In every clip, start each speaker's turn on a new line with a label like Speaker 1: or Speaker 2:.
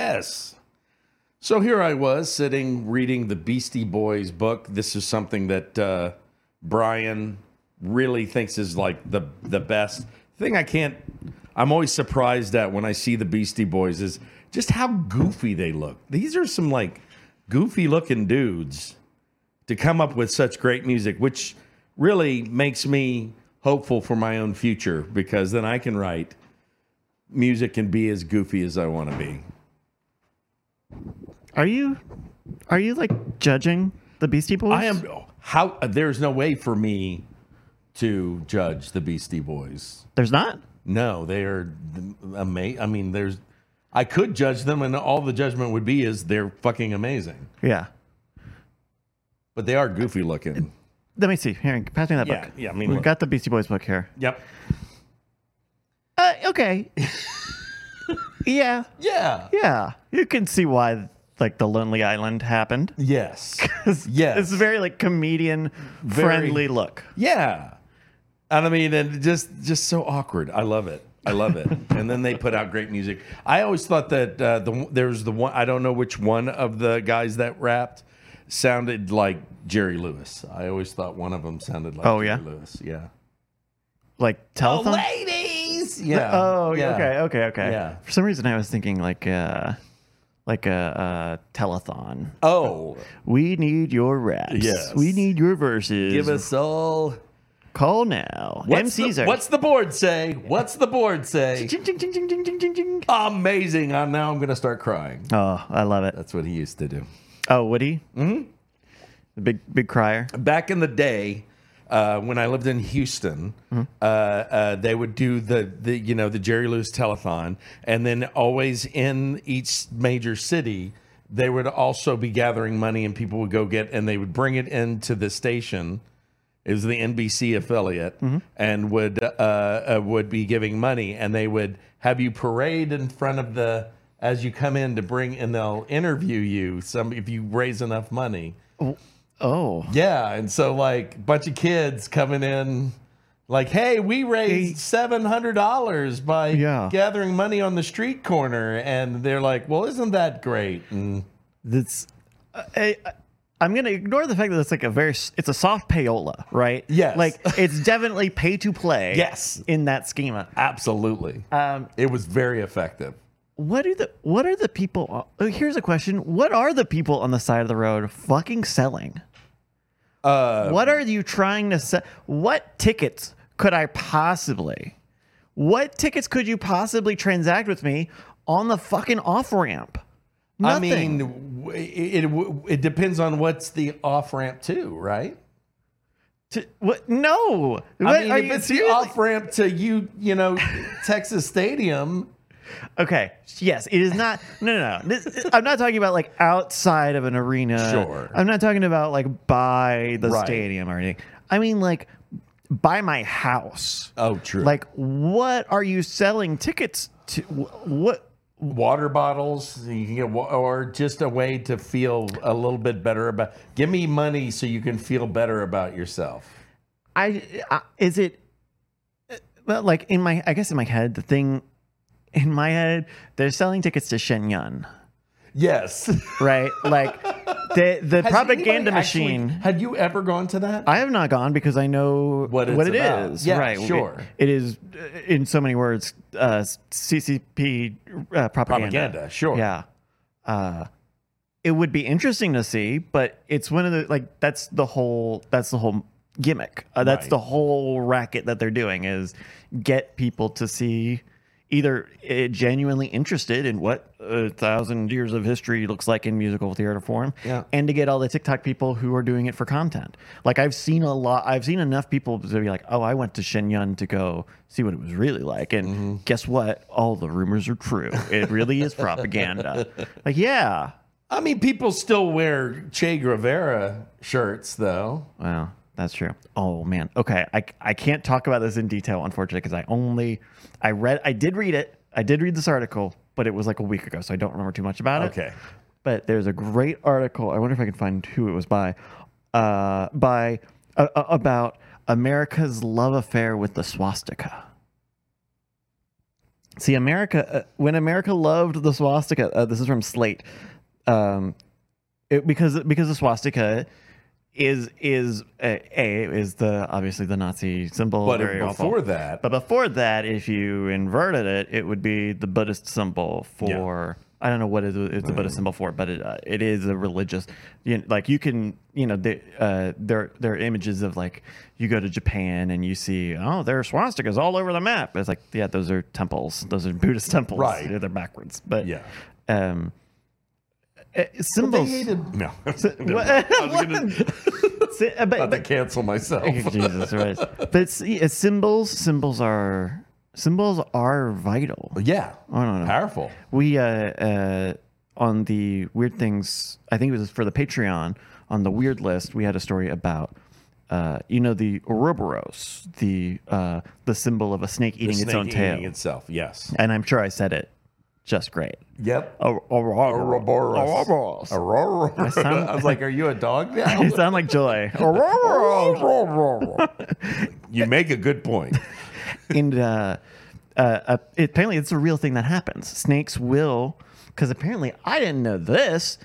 Speaker 1: Yes. So here I was sitting reading the Beastie Boys book. This is something that uh, Brian really thinks is like the the best thing. I can't. I'm always surprised at when I see the Beastie Boys is just how goofy they look. These are some like goofy looking dudes to come up with such great music, which really makes me hopeful for my own future because then I can write music and be as goofy as I want to be.
Speaker 2: Are you are you like judging the Beastie Boys?
Speaker 1: I am how there's no way for me to judge the Beastie Boys.
Speaker 2: There's not.
Speaker 1: No, they are amazing. I mean, there's I could judge them, and all the judgment would be is they're fucking amazing,
Speaker 2: Yeah.
Speaker 1: but they are goofy looking.
Speaker 2: Let me see. Here, pass me that
Speaker 1: Yeah,
Speaker 2: book.
Speaker 1: yeah, I mean,
Speaker 2: We've
Speaker 1: look.
Speaker 2: got the Beastie Boys book here.
Speaker 1: Yep.
Speaker 2: Uh, okay. yeah.
Speaker 1: Yeah.
Speaker 2: Yeah. You can see why like the Lonely Island happened.
Speaker 1: Yes.
Speaker 2: It's,
Speaker 1: Yes.
Speaker 2: It's a very like comedian
Speaker 1: Very-
Speaker 2: friendly look.
Speaker 1: Yeah. And I mean, and just just so awkward. I love it. I love it. and then they put out great music. I always thought that uh, the there's the one I don't know which one of the guys that rapped sounded like Jerry Lewis. I always thought one of them sounded like
Speaker 2: Oh,
Speaker 1: Jerry
Speaker 2: yeah?
Speaker 1: Lewis. Yeah. Oh,
Speaker 2: Like telethon.
Speaker 1: ladies. Yeah.
Speaker 2: Oh, okay, okay, okay.
Speaker 1: Yeah.
Speaker 2: For some reason, I was thinking like uh, like a, uh telethon.
Speaker 1: Oh,
Speaker 2: We need your raps.
Speaker 1: Yes.
Speaker 2: We need your verses.
Speaker 1: give us all.
Speaker 2: call now.
Speaker 1: What's
Speaker 2: MCs
Speaker 1: the,
Speaker 2: are.
Speaker 1: what's the board say? What's the board say?
Speaker 2: Ching, ching, ching, ching, ching, ching, ching, ching.
Speaker 1: Amazing. I'm now I'm gonna start crying.
Speaker 2: Oh, I love it.
Speaker 1: That's what he used to do.
Speaker 2: Oh, Woody. Mm-hmm. The big big crier.
Speaker 1: back in the day uh, when I lived in Houston, uh, uh, they would do the the you know the Jerry Lewis telethon, and then always in each major city they would also be gathering money, and people would go get and they would bring it into the station. It was the NBC affiliate, and would uh, uh, would be giving money, and they would have you parade in front of the as you come in to bring, and they'll interview you. Some if you raise enough money.
Speaker 2: Oh.
Speaker 1: Yeah, and so like bunch of kids coming in, like, hey, we raised seven hundred dollars by
Speaker 2: Yeah.
Speaker 1: gathering money on the street corner, and they're like, well, isn't that great? And
Speaker 2: That's. Uh, I, I, I'm gonna ignore the fact that it's like a very s- it's a soft payola, right?
Speaker 1: Yes.
Speaker 2: Like it's definitely pay to play.
Speaker 1: Yes.
Speaker 2: In that schema.
Speaker 1: absolutely,
Speaker 2: Um,
Speaker 1: it was very effective.
Speaker 2: what are the what are the people on- oh, here's a question what are the people on the side of the road fucking selling
Speaker 1: Uh,
Speaker 2: what are you trying to sell what tickets could i possibly what tickets could you possibly transact with me on the fucking off ramp
Speaker 1: I mean, w- it, it it depends on what's the off ramp to, right?
Speaker 2: what no
Speaker 1: I
Speaker 2: What
Speaker 1: mean,
Speaker 2: are
Speaker 1: if
Speaker 2: you
Speaker 1: it's the
Speaker 2: seriously-
Speaker 1: off ramp to you, you know, Texas Stadium.
Speaker 2: okay yes it is not no no no this, i'm not talking about like outside of an arena
Speaker 1: Sure.
Speaker 2: i'm not talking about like by the
Speaker 1: Right.
Speaker 2: stadium or anything i mean like by my house
Speaker 1: Oh, true. Like
Speaker 2: Like, what are you selling tickets to? Wh- What?
Speaker 1: water bottles you can get wa- or just a way to feel a little bit better about give me money so you can feel better about yourself
Speaker 2: I, I is it? uh, Well, like in my, I guess in my head, the thing, in my head, they're selling tickets to Shenyun,
Speaker 1: yes
Speaker 2: right? Like the the
Speaker 1: Has anybody
Speaker 2: propaganda
Speaker 1: actually-
Speaker 2: machine.
Speaker 1: had you ever gone to that
Speaker 2: I have not gone because I know
Speaker 1: What it's
Speaker 2: what it
Speaker 1: about.
Speaker 2: is.
Speaker 1: Yeah,
Speaker 2: right?
Speaker 1: sure.
Speaker 2: It- it is, uh, in so many words, uh, CCP uh, propaganda.
Speaker 1: propaganda sure
Speaker 2: Yeah. Uh, it would be interesting to see, but it's one of the like that's the whole that's the whole gimmick. Uh, that's
Speaker 1: Right.
Speaker 2: the whole racket that they're doing is get people to see either uh, genuinely interested in what a thousand years of history looks like in musical theater form
Speaker 1: Yeah.
Speaker 2: and to get all the TikTok people who are doing it for content. Like I've seen a lot I've seen enough people to be like, "Oh, I went to Shenyun to go see what it was really like." And
Speaker 1: Mm-hmm.
Speaker 2: guess what? All the rumors are true. It really is propaganda. like, yeah.
Speaker 1: i mean people still wear che guevara shirts though
Speaker 2: Wow, that's true. Oh man. Okay, I I can't talk about this in detail unfortunately because I only I read I did read it. I did read this article, but it was like a week ago, so I don't remember too much about it.
Speaker 1: Okay.
Speaker 2: But there's a great article. I wonder if I can find who it was by. Uh, by uh, uh, about America's love affair with the swastika. See, America, uh, when America loved the swastika, uh, this is from Slate, um, it, because because the swastika is is a, a is the obviously the Nazi symbol.
Speaker 1: But
Speaker 2: very awful.
Speaker 1: before that,
Speaker 2: but before that, if you inverted it, it would be the Buddhist symbol for. I don't know what is it's the Buddhist
Speaker 1: Mm.
Speaker 2: symbol for, but it, uh, it is a religious. You know, like you can, you know, the, uh, there there are images of like you go to Japan and you see oh there are swastikas all over the map. It's like yeah, those are temples. Those are Buddhist temples.
Speaker 1: Right.
Speaker 2: You know, they're backwards, but
Speaker 1: Yeah.
Speaker 2: um, uh,
Speaker 1: they
Speaker 2: symbols.
Speaker 1: hated. No, I was
Speaker 2: What-
Speaker 1: going to
Speaker 2: Si- uh, but- but-
Speaker 1: cancel myself.
Speaker 2: Jesus Christ. But see, uh, symbols symbols are symbols are vital.
Speaker 1: Yeah,
Speaker 2: I don't know.
Speaker 1: powerful.
Speaker 2: We uh, uh, on the weird things. I think it was for the Patreon on the weird list. We had a story about. Uh, you know the Ouroboros, the uh, the symbol of a snake eating its
Speaker 1: Snake
Speaker 2: own tail,
Speaker 1: eating itself. Yes.
Speaker 2: and I'm sure I said it just great.
Speaker 1: Yep.
Speaker 2: Or-
Speaker 1: Ouroboros.
Speaker 2: Ouroboros.
Speaker 1: Aurora. I,
Speaker 2: sound-
Speaker 1: was like, "Are you a dog now?"
Speaker 2: You sound like Joy. Ouroboros.
Speaker 1: you make a good point.
Speaker 2: and uh, uh, uh, it, apparently it's a real thing that happens. Snakes will, because apparently I didn't know this.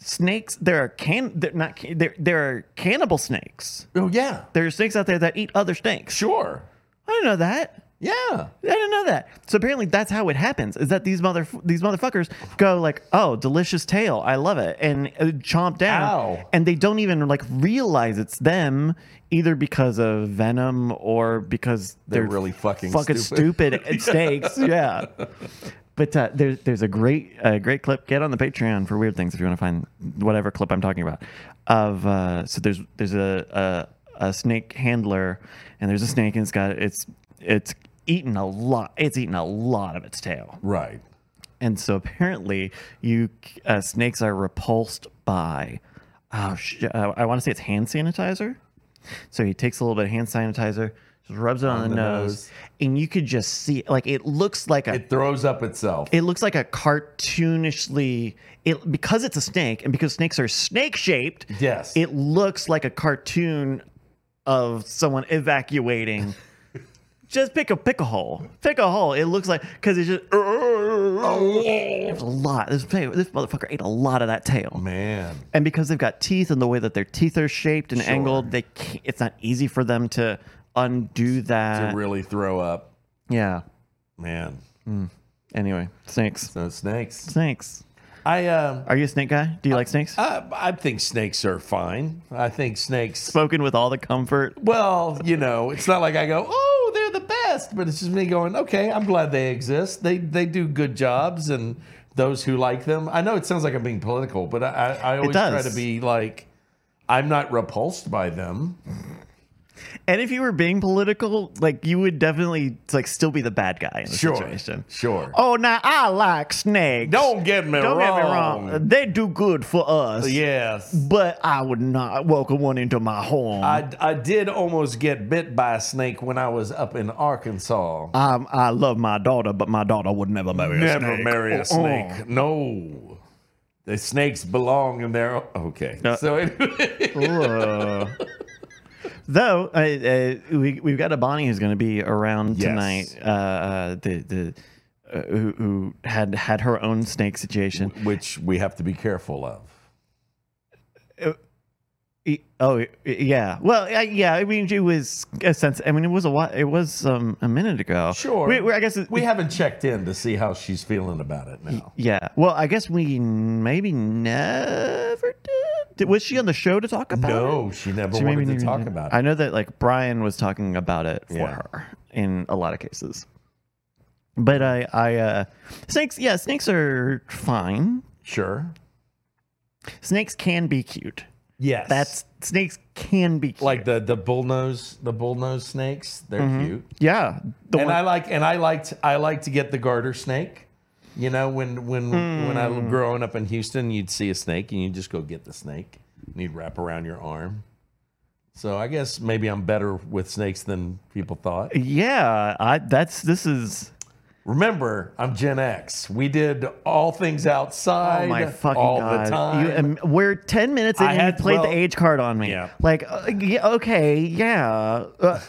Speaker 2: Snakes, there are can, they're not can, there, there are cannibal snakes.
Speaker 1: Oh yeah,
Speaker 2: There are snakes out there that eat other snakes.
Speaker 1: sure.
Speaker 2: I didn't know that.
Speaker 1: Yeah,
Speaker 2: I didn't know that. So apparently that's how it happens. Is that these mother these motherfuckers go like, "Oh, delicious tail. I love it." And uh, chomp down.
Speaker 1: Ow.
Speaker 2: And they don't even like realize it's them either because of venom or because
Speaker 1: They're really fucking
Speaker 2: stupid, at snakes. Yeah. But uh, there's there's a great uh, great clip. Get on the Patreon for weird things if you want to find whatever clip I'm talking about. Of uh, so there's there's a, a a snake handler, and there's a snake, and it's got it's it's eaten a lot. It's eaten a lot of its tail,
Speaker 1: right.
Speaker 2: and so apparently you uh, snakes are repulsed by oh sh- uh, I want to say it's hand sanitizer. So he takes a little bit of hand sanitizer, just rubs it on, the,
Speaker 1: the
Speaker 2: nose,
Speaker 1: nose.
Speaker 2: and you could just see like it looks like a
Speaker 1: It throws up itself.
Speaker 2: it looks like a cartoonishly it because it's a snake and because snakes are snake shaped
Speaker 1: yes.
Speaker 2: it looks like a cartoon of someone evacuating just pick a pick a hole pick a hole it looks like because it's just
Speaker 1: Oh,
Speaker 2: there's a lot this, this motherfucker ate a lot of that tail
Speaker 1: Man.
Speaker 2: and because they've got teeth and the way that their teeth are shaped and angled they can't, it's not easy for them to undo that
Speaker 1: To really throw up.
Speaker 2: yeah
Speaker 1: Man.
Speaker 2: anyway snakes
Speaker 1: So snakes.
Speaker 2: snakes
Speaker 1: I um
Speaker 2: Are you a snake guy? Do you like snakes?
Speaker 1: I, I think snakes are fine. I think snakes
Speaker 2: Spoken with all the comfort.
Speaker 1: well, you know, it's not like I go, "Oh, they're the best," but it's just me going, "Okay, I'm glad they exist. They they do good jobs and those who like them. I know it sounds like I'm being political, but I I, I always try
Speaker 2: does.
Speaker 1: to be like I'm not repulsed by them.
Speaker 2: And if you were being political, like you would definitely like still be the bad guy in the
Speaker 1: Sure.
Speaker 2: situation.
Speaker 1: Sure.
Speaker 2: Oh, now I like snakes.
Speaker 1: Don't get me
Speaker 2: Don't
Speaker 1: wrong.
Speaker 2: get me wrong. They do good for us.
Speaker 1: Yes.
Speaker 2: But I would not welcome one into my home. I,
Speaker 1: I, I did almost get bit by a snake when I was up in Arkansas.
Speaker 2: Um, I, love my daughter, but my daughter would never marry a
Speaker 1: Never
Speaker 2: snake.
Speaker 1: marry
Speaker 2: Uh-uh.
Speaker 1: a snake. No. The snakes belong in their. Okay.
Speaker 2: Uh,
Speaker 1: so anyway.
Speaker 2: Whoa. Though I, uh, we we've got a Bonnie who's going to be around
Speaker 1: Yes.
Speaker 2: tonight. Uh, uh, the the uh, who, who had had her own snake situation.
Speaker 1: which we have to be careful of.
Speaker 2: E- Oh e- yeah, well I, yeah. I mean, it was a sense. I mean, it was a while, it was um, a minute ago.
Speaker 1: Sure.
Speaker 2: We, we- I guess it,
Speaker 1: We haven't checked in to see how she's feeling about it now.
Speaker 2: yeah. Well, I guess we maybe never did. did. Was she on the show to talk about? it?
Speaker 1: No, she never
Speaker 2: She maybe
Speaker 1: wanted to
Speaker 2: never
Speaker 1: talk
Speaker 2: did.
Speaker 1: about
Speaker 2: I
Speaker 1: it.
Speaker 2: know that like Brian was talking about it for
Speaker 1: Yeah.
Speaker 2: her in a lot of cases. But I, I, uh, snakes, yeah, snakes are fine.
Speaker 1: Sure.
Speaker 2: Snakes can be cute.
Speaker 1: Yes.
Speaker 2: That's snakes can be cute.
Speaker 1: like the the bullnose the bullnose snakes. They're cute.
Speaker 2: yeah, Mm-hmm. the
Speaker 1: and
Speaker 2: one-
Speaker 1: I like and I liked I like to get the garter snake. You know, when when when I
Speaker 2: Hmm.
Speaker 1: was growing up in Houston, you'd see a snake and you'd just go get the snake and you'd wrap around your arm. So I guess maybe I'm better with snakes than people thought.
Speaker 2: yeah, I, that's this is
Speaker 1: Remember, I'm Gen X. We did all things outside
Speaker 2: oh my fucking
Speaker 1: all
Speaker 2: god.
Speaker 1: the time.
Speaker 2: You, um, we're 10 minutes in,
Speaker 1: I
Speaker 2: and you
Speaker 1: had-
Speaker 2: played
Speaker 1: well-
Speaker 2: uh, the age card on me,
Speaker 1: Yeah.
Speaker 2: like, uh, yeah, okay, yeah. Uh,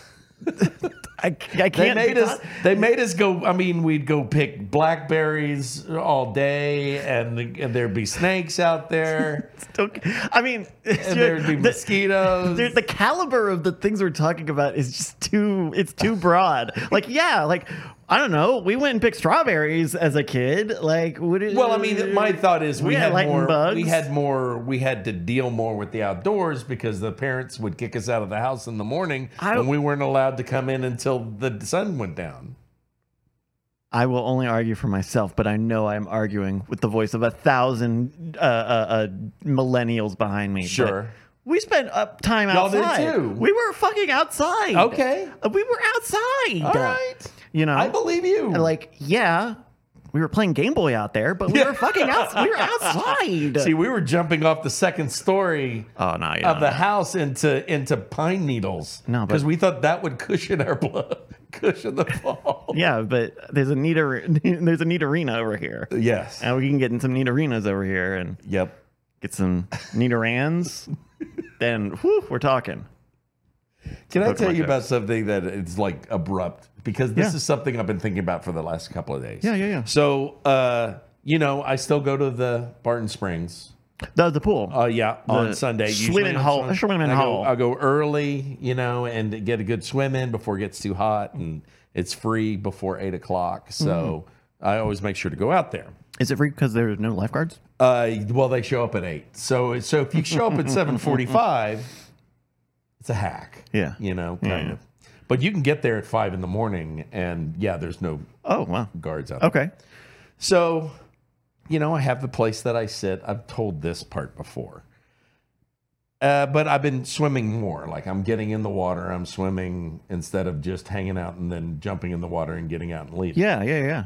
Speaker 2: I, I can't.
Speaker 1: They made us. They made us go. I mean, we'd go pick blackberries all day, and, and there'd be snakes out there,
Speaker 2: Still, I mean,
Speaker 1: and there'd be
Speaker 2: the-
Speaker 1: mosquitoes.
Speaker 2: the, the caliber of the things we're talking about is just too it's too broad like yeah like i don't know we went and picked strawberries as a kid like would it
Speaker 1: Well, I mean, my thought is we
Speaker 2: Yeah,
Speaker 1: had
Speaker 2: lightning
Speaker 1: more.
Speaker 2: bugs.
Speaker 1: We had more. We had to deal more with the outdoors because the parents would kick us out of the house in the morning,
Speaker 2: I-
Speaker 1: and we weren't allowed to come in until the sun went down.
Speaker 2: i will only argue for myself but i know i'm arguing with the voice of a thousand uh, uh, uh, millennials behind me but
Speaker 1: Sure.
Speaker 2: we spent up time
Speaker 1: Y'all did
Speaker 2: outside
Speaker 1: too.
Speaker 2: we were fucking outside
Speaker 1: Okay.
Speaker 2: Uh, we were outside
Speaker 1: All right.
Speaker 2: you know
Speaker 1: I believe you.
Speaker 2: like yeah we were playing Game Boy out there, but we were fucking out. We were outside.
Speaker 1: See, we were jumping off the second story
Speaker 2: oh no, yeah.
Speaker 1: of the house into into pine needles.
Speaker 2: No, but-
Speaker 1: because we thought that would cushion our blood, cushion the fall.
Speaker 2: Yeah, but there's a neat ar- there's a neat arena over here,
Speaker 1: Yes.
Speaker 2: and we can get in some neat arenas over here and
Speaker 1: Yep.
Speaker 2: get some neat arans. then whew, we're talking.
Speaker 1: Can I
Speaker 2: Look at
Speaker 1: tell
Speaker 2: my
Speaker 1: you about something that it's like abrupt because this
Speaker 2: Yeah.
Speaker 1: is something I've been thinking about for the last couple of days.
Speaker 2: Yeah, yeah, yeah.
Speaker 1: So, uh, you know, I still go to the Barton Springs.
Speaker 2: The the pool.
Speaker 1: Uh, yeah, on
Speaker 2: The
Speaker 1: Sunday. usually
Speaker 2: swimming
Speaker 1: on
Speaker 2: hole-
Speaker 1: Sunday.
Speaker 2: swimming
Speaker 1: And I go-
Speaker 2: hole.
Speaker 1: I go early, you know, and get a good swim in before it gets too hot, and it's free before eight o'clock. So
Speaker 2: Mm-hmm.
Speaker 1: I always make sure to go out there.
Speaker 2: Is it free because there's no lifeguards?
Speaker 1: Uh, well, they show up at eight. So so if you show up at seven forty five, it's a hack.
Speaker 2: Yeah.
Speaker 1: you know, kind
Speaker 2: Yeah.
Speaker 1: of. But you can get there at five in the morning, and yeah, there's no
Speaker 2: Oh wow.
Speaker 1: guards out. there.
Speaker 2: Okay.
Speaker 1: So, you know, I have the place that I sit. I've told this part before. Uh, but I've been swimming more. Like I'm getting in the water, I'm swimming instead of just hanging out and then jumping in the water and getting out and leaving.
Speaker 2: Yeah, yeah, yeah.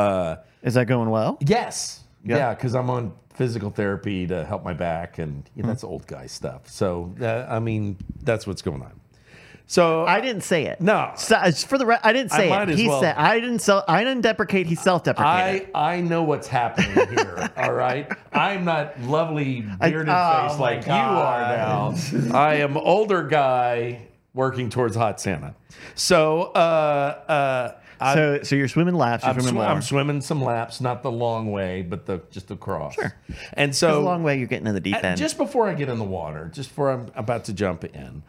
Speaker 1: Uh,
Speaker 2: Is that going well?
Speaker 1: Yes.
Speaker 2: Yeah.
Speaker 1: Yeah, because I'm on physical therapy to help my back, and you know, that's old guy stuff. So, uh, I mean, that's what's going on. So,
Speaker 2: I didn't say it.
Speaker 1: No.
Speaker 2: So, it's for the re- I didn't
Speaker 1: I
Speaker 2: say
Speaker 1: might
Speaker 2: it.
Speaker 1: as
Speaker 2: He
Speaker 1: well.
Speaker 2: said I didn't. So I didn't deprecate. He self-deprecated.
Speaker 1: I I know what's happening here. all right, I'm not lovely bearded
Speaker 2: oh
Speaker 1: face
Speaker 2: my
Speaker 1: like you are now. I am older guy working towards hot Santa. So, uh, uh, I,
Speaker 2: so so you're swimming laps. You're
Speaker 1: I'm,
Speaker 2: swimming
Speaker 1: swi-
Speaker 2: more.
Speaker 1: I'm swimming some laps, not the long way, but the just across. Sure. And
Speaker 2: It's
Speaker 1: so
Speaker 2: a long way. You're getting to the deep
Speaker 1: Uh,
Speaker 2: end.
Speaker 1: Just before I get in the water, just before I'm about to jump in,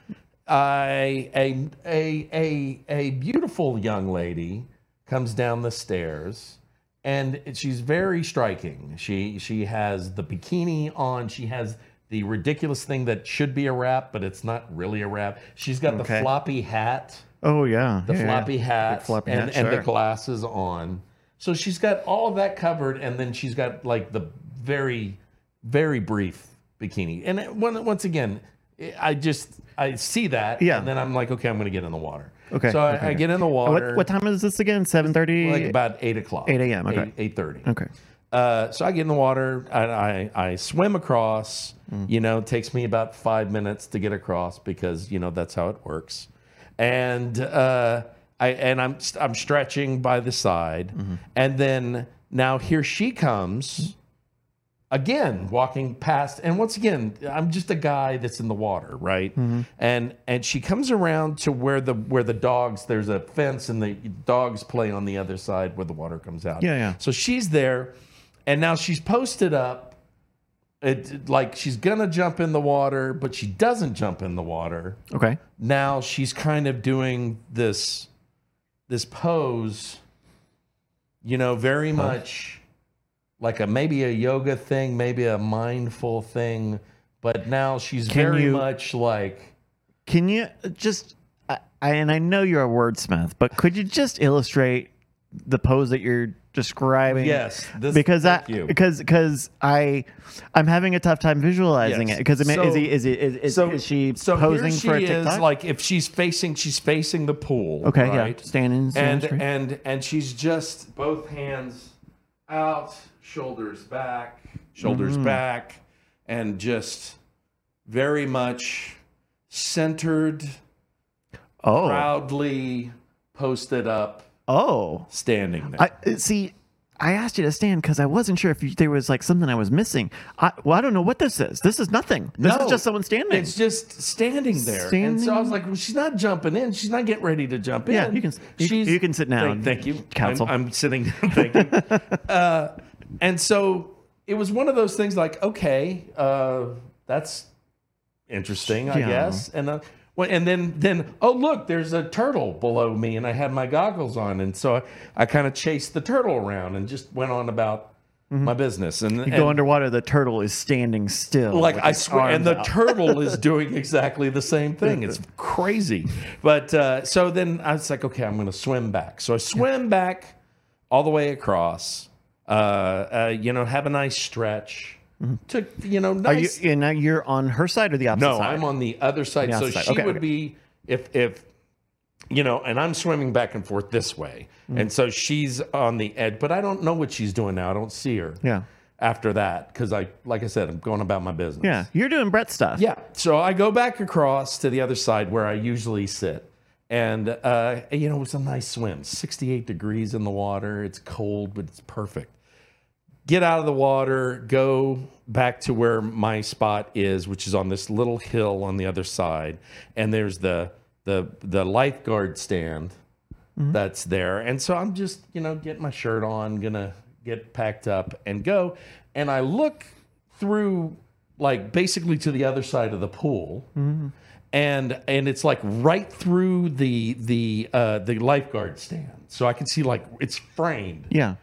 Speaker 1: I, a, a, a, a beautiful young lady comes down the stairs and she's very striking. She, she has the bikini on, she has the ridiculous thing that should be a wrap, but it's not really a wrap. She's got the
Speaker 2: Okay.
Speaker 1: floppy hat
Speaker 2: oh yeah.
Speaker 1: the floppy hat,
Speaker 2: floppy
Speaker 1: and,
Speaker 2: hat,
Speaker 1: and the
Speaker 2: sure.
Speaker 1: glasses on. So she's got all of that covered, and then she's got like the very, very brief bikini. And it- when, once again, I just I see that,
Speaker 2: Yeah.
Speaker 1: and then I'm like, okay, I'm going to get in the water.
Speaker 2: Okay,
Speaker 1: So I,
Speaker 2: okay,
Speaker 1: I
Speaker 2: okay.
Speaker 1: get in the water.
Speaker 2: What, what time is this again? Seven thirty.
Speaker 1: Like about eight o'clock.
Speaker 2: 8 a.m., okay.
Speaker 1: Eight thirty.
Speaker 2: Okay.
Speaker 1: Uh, so I get in the water. I, I, I swim across. You know, it takes me about five minutes to get across because you know that's how it works. And uh, I and I'm I'm stretching by the side, and then now here she comes. Again, walking past, and once again, I'm just a guy that's in the water, right?
Speaker 2: Mm-hmm.
Speaker 1: And and she comes around to where the where the dogs. There's a fence, and the dogs play on the other side where the water comes out.
Speaker 2: Yeah, yeah.
Speaker 1: So she's there, and now she's posted up. It like she's gonna jump in the water, but she doesn't jump in the water.
Speaker 2: Okay.
Speaker 1: Now she's kind of doing this this pose, you know, very much like a maybe a yoga thing, maybe a mindful thing, but now she's
Speaker 2: Can
Speaker 1: very
Speaker 2: you-
Speaker 1: much like
Speaker 2: Can you uh, just, I, I, and I know you're a wordsmith, but could you just illustrate the pose that you're describing?
Speaker 1: yes, this
Speaker 2: because I
Speaker 1: thank you.
Speaker 2: because because I I'm having a tough time visualizing
Speaker 1: Yes.
Speaker 2: it because I mean,
Speaker 1: So-
Speaker 2: is he is he is, is, is she
Speaker 1: so here
Speaker 2: posing
Speaker 1: she
Speaker 2: for a
Speaker 1: is,
Speaker 2: TikTok?
Speaker 1: like if she's facing she's facing the pool
Speaker 2: okay,
Speaker 1: right?
Speaker 2: yeah, standing,
Speaker 1: and
Speaker 2: standing straight.
Speaker 1: and and she's just both hands out, shoulders back, shoulders back, and just very much centered,
Speaker 2: oh
Speaker 1: proudly posted up,
Speaker 2: oh
Speaker 1: standing there.
Speaker 2: I uh, see. I asked you to stand because I wasn't sure if you, there was like something I was missing. I, well, I don't know what this is. This is nothing. This
Speaker 1: No.
Speaker 2: is just someone standing.
Speaker 1: It's just standing there. And so I was like, well, she's not jumping in. She's not getting ready to jump in.
Speaker 2: Yeah, you can- you- you can sit down,
Speaker 1: Thank, thank you,
Speaker 2: counsel.
Speaker 1: I'm, I'm sitting down. Thank you. uh, and so it was one of those things like, okay, uh, that's interesting, I
Speaker 2: Yeah.
Speaker 1: guess. And uh, well, and then then oh look, there's a turtle below me, and I had my goggles on, and so I, I kind of chased the turtle around and just went on about my business. And,
Speaker 2: Mm-hmm. you go underwater, the turtle is standing still.
Speaker 1: like
Speaker 2: with
Speaker 1: I
Speaker 2: its
Speaker 1: swear, and
Speaker 2: arms
Speaker 1: the
Speaker 2: out.
Speaker 1: turtle is doing exactly the same thing. It's crazy. But uh, so then I was like, okay, I'm going to swim back. So I swim back all the way across. Uh, uh, you know, have a nice stretch. Took Mm-hmm. you know,
Speaker 2: Are you,
Speaker 1: nice.
Speaker 2: and now you're on her side or the opposite
Speaker 1: no,
Speaker 2: side?
Speaker 1: I'm on the other side.
Speaker 2: The
Speaker 1: so
Speaker 2: other side.
Speaker 1: she
Speaker 2: Okay,
Speaker 1: would
Speaker 2: okay.
Speaker 1: be if if you know, and I'm swimming back and forth this way, and so she's on the edge, but I don't know what she's doing now. I don't see her.
Speaker 2: Yeah.
Speaker 1: After that, because I, like I said, I'm going about my business.
Speaker 2: Yeah, you're doing Brett stuff.
Speaker 1: Yeah. So I go back across to the other side where I usually sit. And, uh, you know, it was a nice swim 68 degrees in the water. It's cold, but it's perfect. Get out of the water, go back to where my spot is, which is on this little hill on the other side. And there's the, the, the lifeguard stand that's there. And so I'm just, you know, get my shirt on, gonna get packed up and go. And I look through like basically to the other side of the pool. And and it's like right through the the uh the lifeguard stand. So I can see like it's framed.
Speaker 2: Yeah.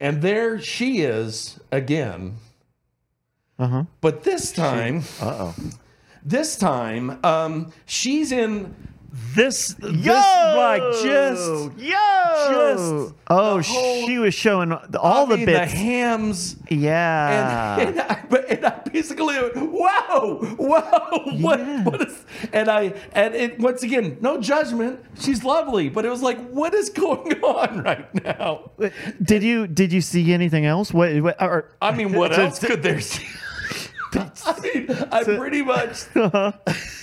Speaker 1: And there she is again.
Speaker 2: Uh-huh.
Speaker 1: But this time
Speaker 2: Uh oh.
Speaker 1: this time um she's in this this
Speaker 2: Yo!
Speaker 1: like just
Speaker 2: yo.
Speaker 1: just
Speaker 2: oh,
Speaker 1: the whole-
Speaker 2: she was showing the- all
Speaker 1: I
Speaker 2: the
Speaker 1: mean,
Speaker 2: bits. Ah.
Speaker 1: the hams
Speaker 2: yeah.
Speaker 1: and, and, I, but- and I basically went, whoa, whoa, what,
Speaker 2: Yeah.
Speaker 1: what is? And I and it once again, no judgment. She's lovely, but it was like, what is going on right now?
Speaker 2: did you did you see anything else? What? what or,
Speaker 1: I mean, what
Speaker 2: So-
Speaker 1: else could there see? I mean, I pretty much.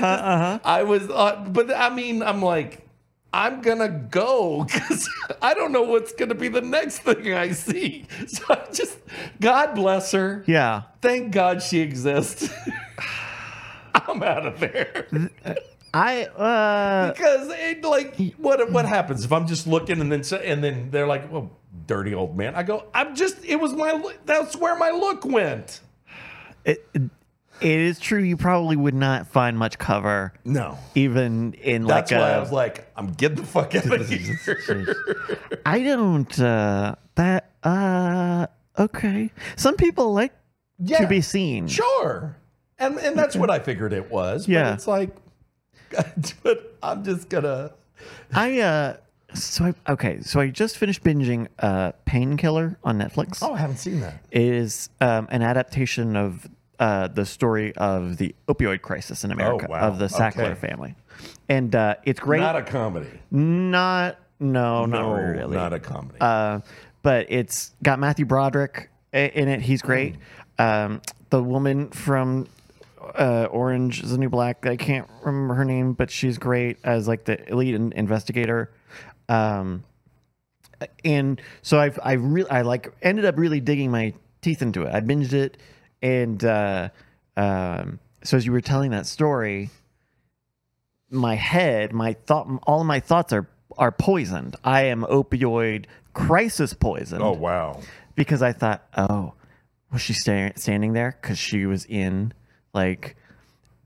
Speaker 1: I, just- I was, uh, but I mean, I'm like, I'm gonna go because I don't know what's gonna be the next thing I see. So I just, God bless her.
Speaker 2: yeah.
Speaker 1: Thank God she exists. I'm out of there
Speaker 2: I. Uh,
Speaker 1: because it, like what what happens if I'm just looking and then so- and then they're like, "Well, dirty old man." I go, "I'm just it was my look- that's where my look went."
Speaker 2: it, it is true. You probably would not find much cover,
Speaker 1: No.
Speaker 2: even in
Speaker 1: That's
Speaker 2: like
Speaker 1: why
Speaker 2: a.
Speaker 1: I was like, uh, "I'm getting the fuck out of here."
Speaker 2: I don't. Uh, that. Uh. Okay. Some people like
Speaker 1: yeah,
Speaker 2: to be seen.
Speaker 1: Sure. And and that's what I figured it was.
Speaker 2: Yeah.
Speaker 1: But it's like but I'm just gonna
Speaker 2: I uh so I okay, so I just finished binging uh Painkiller on Netflix.
Speaker 1: Oh, I haven't seen that.
Speaker 2: It is um an adaptation of uh the story of the opioid crisis in America
Speaker 1: Oh, wow.
Speaker 2: of the Sackler
Speaker 1: Okay.
Speaker 2: family. And uh it's great.
Speaker 1: Not a comedy.
Speaker 2: Not- no,
Speaker 1: No,
Speaker 2: not really.
Speaker 1: not a comedy.
Speaker 2: uh, but it's got Matthew Broderick i- in it. He's great. Um, the woman from uh, Orange is the New Black. I can't remember her name, but she's great as like the elite in- investigator. Um, and so I've I really I like ended up really digging my teeth into it. I binged it, and uh, um, so as you were telling that story, my head, my thought, all of my thoughts are are poisoned. I am opioid crisis poisoned
Speaker 1: oh wow.
Speaker 2: because I thought, oh, was she sta- standing there because she was in like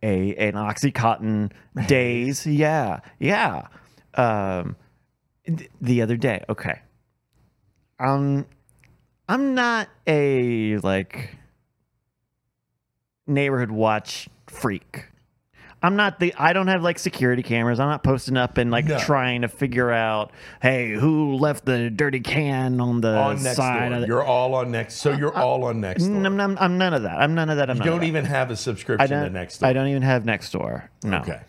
Speaker 2: a an OxyContin days? Yeah, yeah. Um, th- the other day, okay. Um, I'm not a like neighborhood watch freak. I'm not the. I don't have like security cameras. I'm not posting up and like
Speaker 1: No.
Speaker 2: trying to figure out, hey, who left the dirty can on the
Speaker 1: on next
Speaker 2: side
Speaker 1: door.
Speaker 2: of the,
Speaker 1: You're all on next. So you're all on next door.
Speaker 2: N- Mm, I'm, I'm, I'm none of that. I'm none of that. I'm
Speaker 1: you
Speaker 2: none
Speaker 1: don't
Speaker 2: of that.
Speaker 1: even have a subscription
Speaker 2: I
Speaker 1: to
Speaker 2: don't.
Speaker 1: next door.
Speaker 2: I don't even have next door. No.
Speaker 1: okay.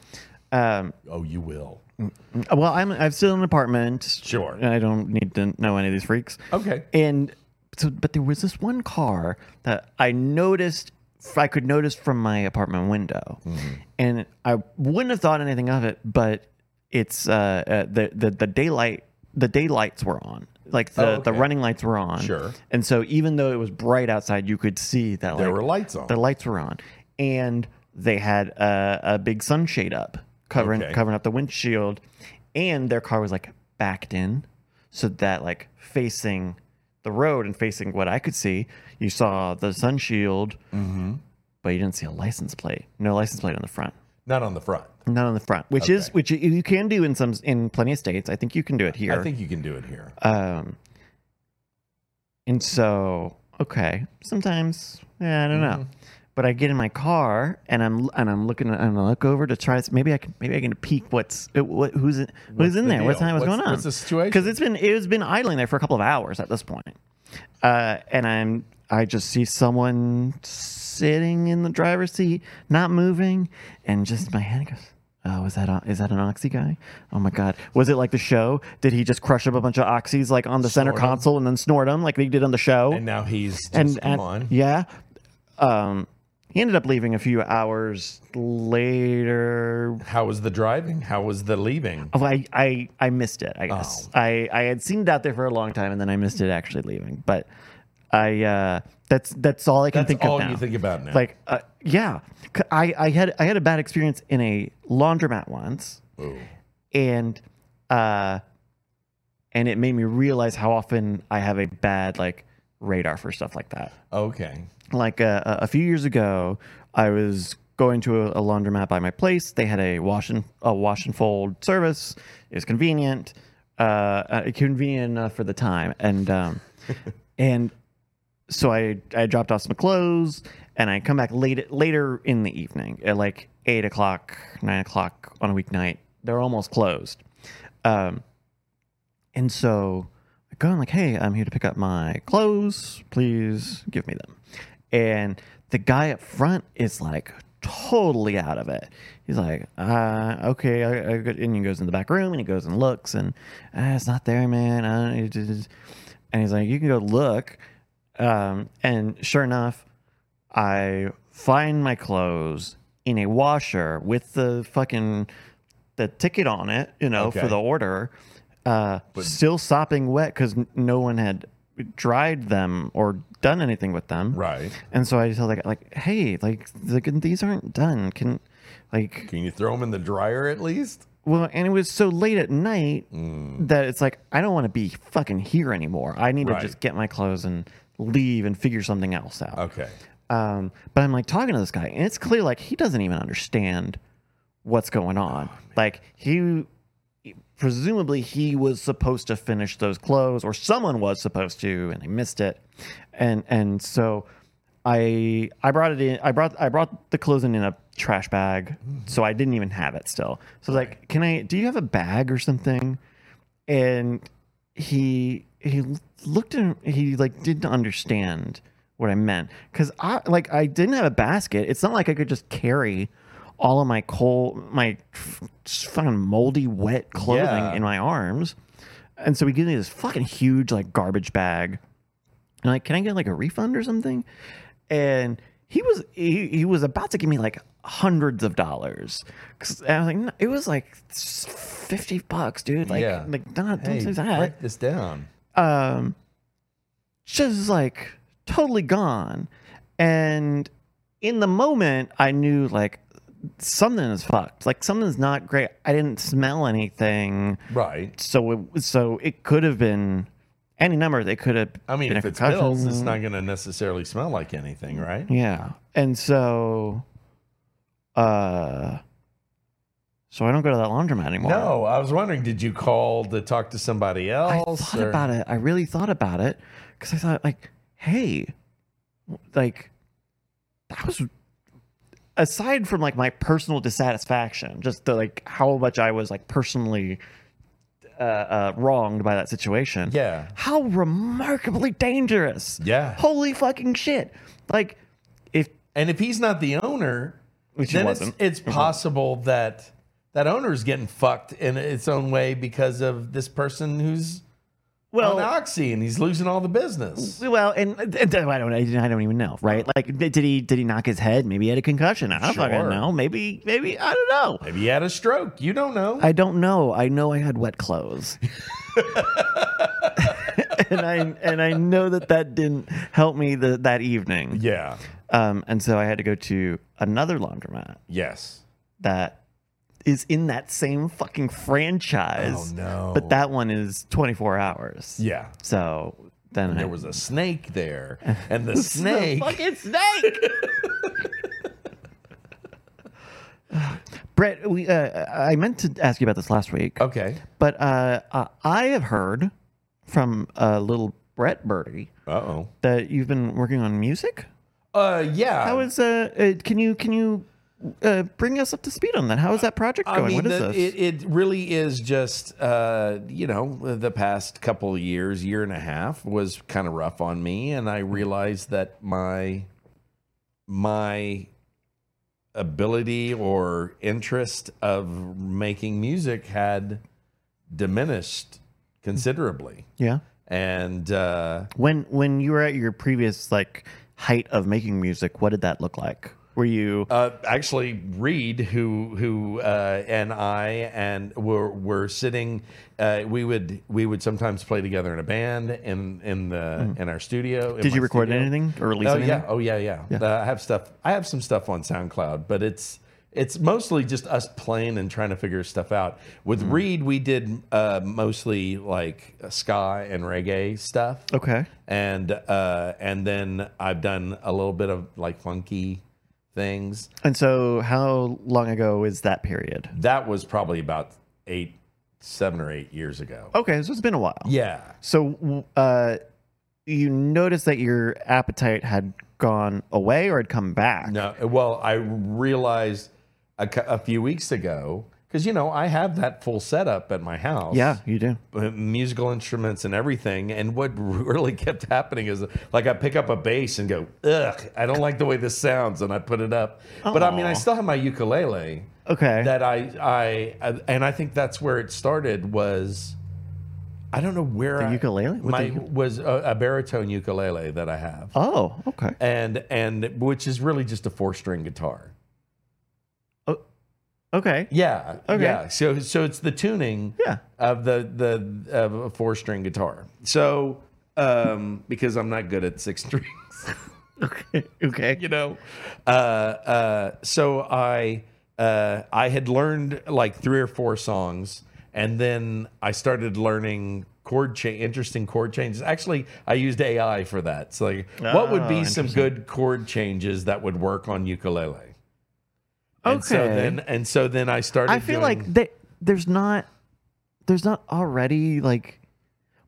Speaker 2: Um.
Speaker 1: Oh, you will.
Speaker 2: Well, I'm. I'm still in an apartment.
Speaker 1: Sure. Oh.
Speaker 2: I don't need to know any of these freaks.
Speaker 1: Okay.
Speaker 2: And so, but there was this one car that I noticed. I could notice from my apartment window,
Speaker 1: Mm-hmm.
Speaker 2: and I wouldn't have thought anything of it. But it's uh, uh the, the the daylight. The daylights were on. like the,
Speaker 1: Oh,
Speaker 2: the
Speaker 1: okay.
Speaker 2: running lights were on.
Speaker 1: Sure.
Speaker 2: And so even though it was bright outside, you could see that
Speaker 1: There
Speaker 2: like,
Speaker 1: were lights on.
Speaker 2: the lights were on, and they had a, a big sunshade up covering
Speaker 1: Okay.
Speaker 2: covering up the windshield, and their car was like backed in, so that like facing the road and facing what I could see, you saw the sunshield, Mm-hmm. but you didn't see a license plate. No license plate on the front.
Speaker 1: Not on the front.
Speaker 2: Not on the front, which is
Speaker 1: Okay.
Speaker 2: which you- you can do in some in plenty of states. I think you can do it here.
Speaker 1: I think you can do it here.
Speaker 2: Um, and so, okay, sometimes yeah, I don't know,
Speaker 1: Mm-hmm.
Speaker 2: but I get in my car and I'm and I'm looking and I look over to try. Maybe I can maybe I can peek what's it, what who's in, who's in
Speaker 1: the
Speaker 2: there. What's,
Speaker 1: deal?
Speaker 2: what's
Speaker 1: What's-
Speaker 2: going on?
Speaker 1: what's the situation?
Speaker 2: Because it's been it's been idling there for a couple of hours at this point, uh, and I'm I just see someone sitting in the driver's seat, not moving, and just my hand goes. Oh, is that a, is that an oxy guy? Oh my god, was it like the show? Did he just crush up a bunch of oxys like on the center
Speaker 1: Snort 'em.
Speaker 2: console and then snort them like they did on the show?
Speaker 1: and now he's just
Speaker 2: and,
Speaker 1: come
Speaker 2: and-
Speaker 1: on.
Speaker 2: yeah, um, he ended up leaving a few hours later.
Speaker 1: How was the driving? How was the leaving?
Speaker 2: Oh, I, I, I missed it. I
Speaker 1: Oh.
Speaker 2: guess I, I had seen it out there for a long time, and then I missed it actually leaving. But I uh, that's that's all I can
Speaker 1: That's
Speaker 2: think
Speaker 1: all
Speaker 2: of now.
Speaker 1: you think about now.
Speaker 2: Like uh, yeah, C- I, I had I had a bad experience in a laundromat once,
Speaker 1: Ooh.
Speaker 2: and uh, and it made me realize how often I have a bad like radar for stuff like that
Speaker 1: Okay.
Speaker 2: like uh, a, a few years ago, I was going to a, a laundromat by my place. They had a wash and a wash and fold service. It was convenient, uh, uh, convenient enough for the time, and um, and so I I dropped off some clothes, and I come back late later in the evening at like eight o'clock, nine o'clock on a weeknight. They're almost closed. Um, and so I go and like, hey, I'm here to pick up my clothes. Please give me them. And the guy up front is like totally out of it. He's like, uh, okay. I, I go, and he goes in the back room and he goes and looks and ah, it's not there, man. I don't, it is-" and he's like, you can go look. Um, and sure enough, I find my clothes in a washer with the fucking the ticket on it, you know,
Speaker 1: Okay.
Speaker 2: for the order. Uh, still sopping wet because no one had dried them or done anything with them.
Speaker 1: Right.
Speaker 2: And so I just told like, like, hey, like, like these aren't done. Can, like,
Speaker 1: Can you throw them in the dryer at least?
Speaker 2: well, and it was so late at night that it's like I don't want to be fucking here anymore. I need
Speaker 1: Mm. Right.
Speaker 2: to just get my clothes and leave and figure something else out.
Speaker 1: Okay.
Speaker 2: Um, but I'm like talking to this guy, and it's clear like he doesn't even understand what's going on. like he presumably he was supposed to finish those clothes, or someone was supposed to, and they missed it. And and so I I brought it in. I brought I brought the clothes in in a trash bag, so I didn't even have it still. So I was like, can I? Do you have a bag or something? and he he looked at he like didn't understand what I meant because I like I didn't have a basket. It's not like I could just carry all of my coal my f- fucking moldy wet clothing
Speaker 1: Yeah.
Speaker 2: in my arms, and so he gives me this fucking huge like garbage bag. And like, can I get like a refund or something? And he was he, he was about to give me like hundreds of dollars. 'Cause- and I was like, no, it was like fifty bucks, dude. Like,
Speaker 1: Yeah.
Speaker 2: like not don't
Speaker 1: Hey,
Speaker 2: do that.
Speaker 1: break this down.
Speaker 2: Um, just like totally gone. And in the moment, I knew like something is fucked. Like something's not great. I didn't smell anything
Speaker 1: Right.
Speaker 2: so it so it could have been any number. They could have.
Speaker 1: I mean,
Speaker 2: been
Speaker 1: if
Speaker 2: a
Speaker 1: it's pills, it's
Speaker 2: concussion.
Speaker 1: not going to necessarily smell like anything, right?
Speaker 2: Yeah, and so, uh, so I don't go to that laundromat anymore.
Speaker 1: No, I was wondering, did you call to talk to somebody
Speaker 2: I
Speaker 1: else?
Speaker 2: thought
Speaker 1: or-
Speaker 2: about it. I really thought about it because I thought like, hey, like that was aside from like my personal dissatisfaction, just the like how much I was like personally uh, uh, wronged by that situation.
Speaker 1: Yeah.
Speaker 2: how remarkably dangerous.
Speaker 1: Yeah.
Speaker 2: Holy fucking shit. Like, if
Speaker 1: And if he's not the owner,
Speaker 2: Which he
Speaker 1: then it's,
Speaker 2: wasn't.
Speaker 1: it's possible that that owner is getting fucked in its own way because of this person who's on
Speaker 2: well,
Speaker 1: oxy and he's losing all the business.
Speaker 2: well, and, and I don't, I don't- I don't even know, right? Like, did he did he knock his head? Maybe he had a concussion. I don't
Speaker 1: Sure.
Speaker 2: fucking know. Maybe, maybe I don't know.
Speaker 1: Maybe he had a stroke. You don't know.
Speaker 2: I don't know. I know I had wet clothes, and I and I know that that didn't help me the, that evening.
Speaker 1: Yeah.
Speaker 2: Um, and so I had to go to another laundromat
Speaker 1: Yes.
Speaker 2: that is in that same fucking franchise.
Speaker 1: Oh, no.
Speaker 2: But that one is 24 hours.
Speaker 1: Yeah.
Speaker 2: So then I
Speaker 1: There was a snake there, and the snake.
Speaker 2: Fucking snake. Brett, we, uh, I meant to ask you about this last week,
Speaker 1: Okay.
Speaker 2: but uh, uh, I have heard from uh, little Brett Birdie
Speaker 1: Uh oh.
Speaker 2: that you've been working on music.
Speaker 1: Uh yeah.
Speaker 2: How is uh, uh can you can you uh, bring us up to speed on that? How is that project going?
Speaker 1: I mean,
Speaker 2: what is
Speaker 1: the-
Speaker 2: this?
Speaker 1: It, it really is just, uh, you know, the past couple of years, year and a half was kind of rough on me. And
Speaker 2: Mm-hmm.
Speaker 1: I realized that my, my ability or interest of making music had diminished considerably.
Speaker 2: yeah.
Speaker 1: And, uh,
Speaker 2: When when you were at your previous like height of making music, what did that look like? Were you
Speaker 1: Uh, actually, Reed, who who uh, and I and were were sitting. Uh, we would we would sometimes play together in a band in in the in our studio. in
Speaker 2: Hmm. Did you
Speaker 1: my
Speaker 2: record
Speaker 1: studio.
Speaker 2: anything or release
Speaker 1: Oh
Speaker 2: anything?
Speaker 1: yeah, oh yeah, yeah. Uh, I have stuff. I have some stuff on SoundCloud, but it's it's mostly just us playing and trying to figure stuff out. With
Speaker 2: Hmm.
Speaker 1: Reed, we did uh, mostly like ska and reggae stuff
Speaker 2: Okay.
Speaker 1: and uh, and then I've done a little bit of like funky things.
Speaker 2: And so, how long ago is that period?
Speaker 1: That was probably about eight, seven or eight years ago.
Speaker 2: Okay, so it's been a while.
Speaker 1: Yeah,
Speaker 2: So, uh, you noticed that your appetite had gone away or had come back.
Speaker 1: no. Well, I realized a, cou- a few weeks ago because you know I have that full setup at my house.
Speaker 2: Yeah, you do.
Speaker 1: uh, musical instruments and everything and what really kept happening is like i pick up a bass and go ugh i don't like the way this sounds and i put it up but i mean i
Speaker 2: Aw.
Speaker 1: still have my ukulele
Speaker 2: Okay.
Speaker 1: that I, I I and I think that's where it started was I don't know where
Speaker 2: The
Speaker 1: I-
Speaker 2: ukulele? With the
Speaker 1: my
Speaker 2: uku-
Speaker 1: was a, a baritone ukulele that I have
Speaker 2: oh, okay.
Speaker 1: and and which is really just a four string guitar
Speaker 2: Okay.
Speaker 1: yeah
Speaker 2: Okay.
Speaker 1: yeah so so it's the tuning
Speaker 2: Yeah.
Speaker 1: of the the of a four string guitar so um because I'm not good at six strings
Speaker 2: Okay. Okay.
Speaker 1: you know uh, uh, so i uh, i had learned like three or four songs and then i started learning chord cha- interesting chord changes actually i used ai for that so like what would
Speaker 2: Oh,
Speaker 1: be some good chord changes that would work on ukulele and so
Speaker 2: Okay.
Speaker 1: then and so then i started
Speaker 2: I feel
Speaker 1: doing-
Speaker 2: like they, there's not there's not already like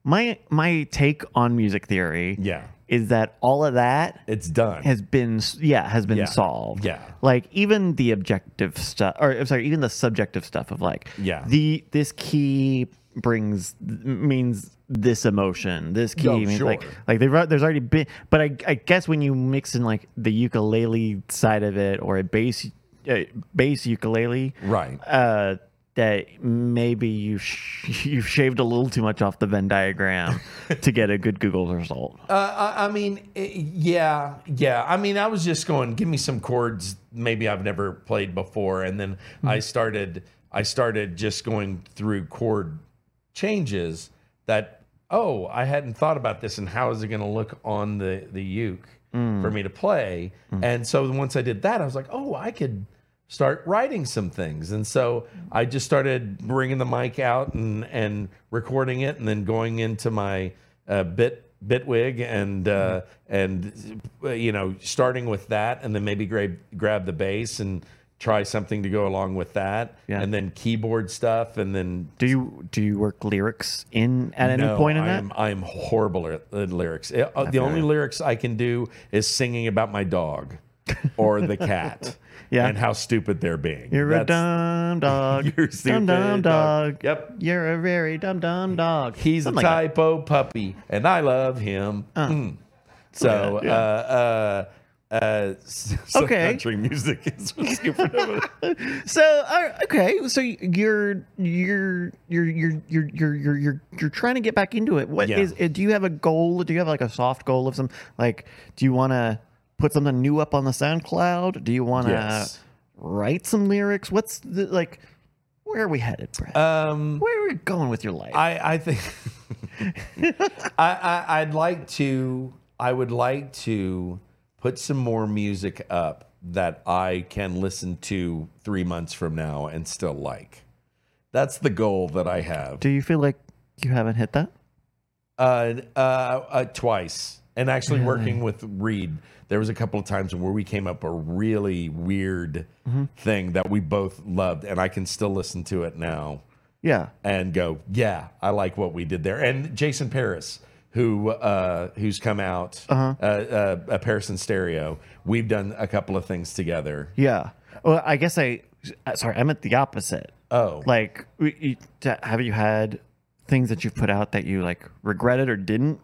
Speaker 2: my my take on music theory
Speaker 1: yeah
Speaker 2: is that all of that
Speaker 1: it's done
Speaker 2: has been yeah has been
Speaker 1: Yeah.
Speaker 2: solved
Speaker 1: Yeah.
Speaker 2: like even the objective stuff or i'm sorry even the subjective stuff of like
Speaker 1: Yeah.
Speaker 2: the this key brings means this emotion this key
Speaker 1: Oh,
Speaker 2: means like
Speaker 1: sure.
Speaker 2: like they've, al- there's already been but I, I guess when you mix in like the ukulele side of it or a bass uh, bass ukulele
Speaker 1: right
Speaker 2: uh that maybe you sh- you've shaved a little too much off the Venn diagram to get a good Google result.
Speaker 1: Uh, I, I mean, eh, yeah, yeah. I mean, I was just going, give me some chords maybe I've never played before, and then I started, I started just going through chord changes that oh, I hadn't thought about this, and how is it going to look on the the uke for me to play? And so once I did that, I was like, oh, I could start writing some things. And so I just started bringing the mic out and and recording it, and then going into my uh, bit bitwig and uh, and uh, you know starting with that, and then maybe grab grab the bass and try something to go along with that,
Speaker 2: Yeah.
Speaker 1: and then keyboard stuff, and then.
Speaker 2: Do you do you work lyrics in at any
Speaker 1: No,
Speaker 2: point in
Speaker 1: I
Speaker 2: that?
Speaker 1: am, I am horrible at at lyrics. Uh, the only lyrics I can do is singing about my dog or the cat
Speaker 2: Yeah.
Speaker 1: and how stupid they're being.
Speaker 2: You're a
Speaker 1: That's-
Speaker 2: dumb dog.
Speaker 1: You're
Speaker 2: dumb dumb
Speaker 1: stupid dog.
Speaker 2: dog.
Speaker 1: Yep.
Speaker 2: You're a very dumb dumb dog.
Speaker 1: He's
Speaker 2: Something
Speaker 1: a
Speaker 2: like Uh.
Speaker 1: typo puppy, and I love him. Mm. So,
Speaker 2: Yeah, yeah.
Speaker 1: uh, uh, uh, s- some
Speaker 2: Okay.
Speaker 1: country music is what's stupid about it.
Speaker 2: that. So uh, okay, so you're you're you're you're you're you're you're you're, you're trying to get back into it. What
Speaker 1: Yeah.
Speaker 2: is? uh Do you have a goal? Do you have like a soft goal of some like? Do you want to put something new up on the SoundCloud? Do you want to
Speaker 1: Yes.
Speaker 2: write some lyrics? What's the like? Where are we headed, Brett?
Speaker 1: Um,
Speaker 2: where are we going with your life?
Speaker 1: I, I think I, I I'd like to I would like to put some more music up that I can listen to three months from now and still like. That's the goal that I have.
Speaker 2: Do you feel like you haven't hit that?
Speaker 1: uh, uh, uh, twice. And actually, working with Reed, there was a couple of times where we came up a really weird thing that we both loved, and I can still listen to it now
Speaker 2: Yeah.
Speaker 1: and go, yeah, I like what we did there. And Jason Paris, who uh, who's come out, uh uh, uh, Paris and Stereo, we've done a couple of things together.
Speaker 2: Yeah. Well, I guess I. uh, Sorry, I meant the opposite.
Speaker 1: Oh,
Speaker 2: Like, we- you, t- have you had things that you've put out that you like regretted or didn't?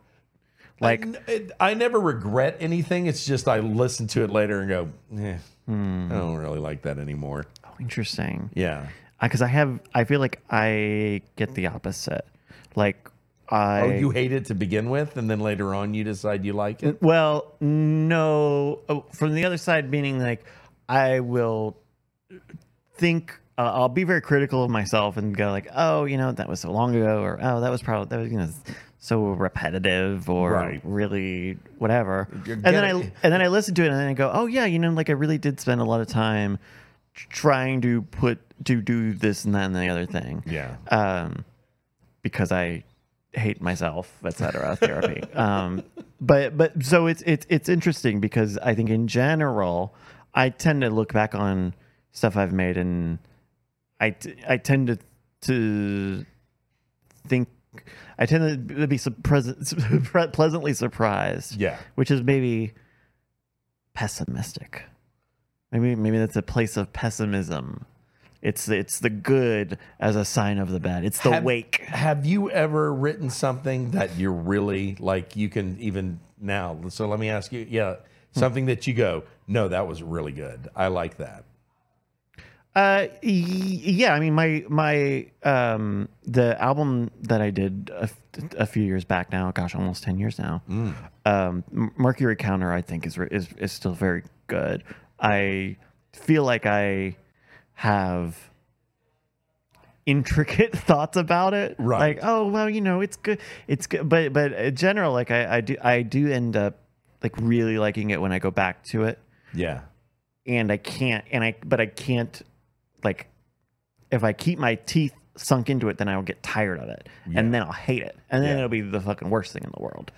Speaker 2: Like,
Speaker 1: N- it- I never regret anything. It's just I listen to it later and go, eh, I don't really like that anymore.
Speaker 2: oh, interesting.
Speaker 1: Yeah.
Speaker 2: Because I have, I feel like I get the opposite. Like, I.
Speaker 1: Oh, you hate it to begin with, and then later on you decide you like it.
Speaker 2: Well, no. oh, From the other side, meaning like I will think uh, I'll be very critical of myself and go like, oh, you know, that was so long ago, or oh, that was probably that was you know so repetitive or
Speaker 1: Right.
Speaker 2: really whatever.
Speaker 1: You're
Speaker 2: and then I
Speaker 1: gonna-
Speaker 2: and then I listen to it and then I go, oh yeah, you know, like I really did spend a lot of time tr- trying to put to do this and that and the other thing
Speaker 1: Yeah.
Speaker 2: um, because I hate myself, etc. Therapy. Um, but but so it's it's it's interesting because I think in general I tend to look back on stuff I've made and I t- I tend to to think. I tend to be sup- present- pleasantly surprised,
Speaker 1: Yeah.
Speaker 2: which is maybe pessimistic. Maybe maybe that's a place of pessimism. It's it's the good as a sign of the bad. It's the
Speaker 1: Have-
Speaker 2: wake.
Speaker 1: Have you ever written something that you're really like? You can even now. So let me ask you. Yeah, something that you go, no, that was really good. I like that.
Speaker 2: Uh, y- yeah. I mean, my my um the album that I did a, f- a few years back now. Gosh, almost ten years now. Um, M- Mercury Counter, I think, is re- is is still very good. I feel like I have intricate thoughts about it.
Speaker 1: Right.
Speaker 2: Like, oh well, you know, it's good. It's good, but but in general, like I I do I do end up like really liking it when I go back to it
Speaker 1: Yeah.
Speaker 2: and I can't and I but I can't like if I keep my teeth sunk into it then I'll get tired of it and then I'll hate it and then
Speaker 1: Yeah.
Speaker 2: it'll be the fucking worst thing in the world.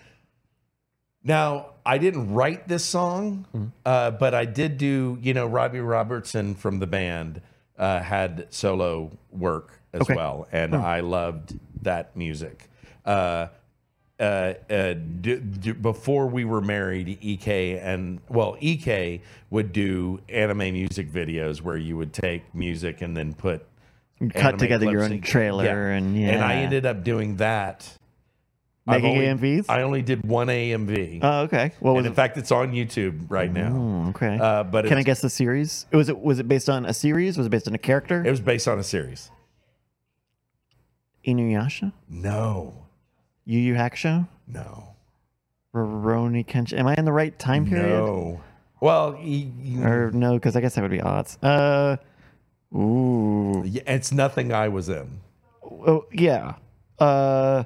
Speaker 1: Now I didn't write this song,
Speaker 2: Hmm.
Speaker 1: uh, but I did do. You know, Robbie Robertson from the band uh, had solo work as
Speaker 2: Okay. Hmm.
Speaker 1: well, and I loved that music. Uh, uh, uh, d- d- before we were married, EK and well, EK would do anime music videos where you would take music and then put anime
Speaker 2: together your
Speaker 1: clips
Speaker 2: own
Speaker 1: and-
Speaker 2: trailer and-
Speaker 1: and I
Speaker 2: yeah.
Speaker 1: ended up doing that. I've
Speaker 2: Making
Speaker 1: only-
Speaker 2: AMVs?
Speaker 1: I only did one AMV.
Speaker 2: Oh okay. What was
Speaker 1: And in
Speaker 2: it?
Speaker 1: fact, it's on YouTube right now.
Speaker 2: Oh, okay.
Speaker 1: Uh, but
Speaker 2: Can I
Speaker 1: it's-
Speaker 2: guess the series? Was it was it based on a series? Was it based on a character?
Speaker 1: It was based on a series.
Speaker 2: Inuyasha?
Speaker 1: No,
Speaker 2: Yu Yu Hakusho?
Speaker 1: no,
Speaker 2: Rurouni Kenshin? Am I in the right time period?
Speaker 1: no. Well, y- y-
Speaker 2: Or no, because I guess that would be odds. Uh, ooh.
Speaker 1: y- it's nothing I was in
Speaker 2: Oh, yeah. Uh,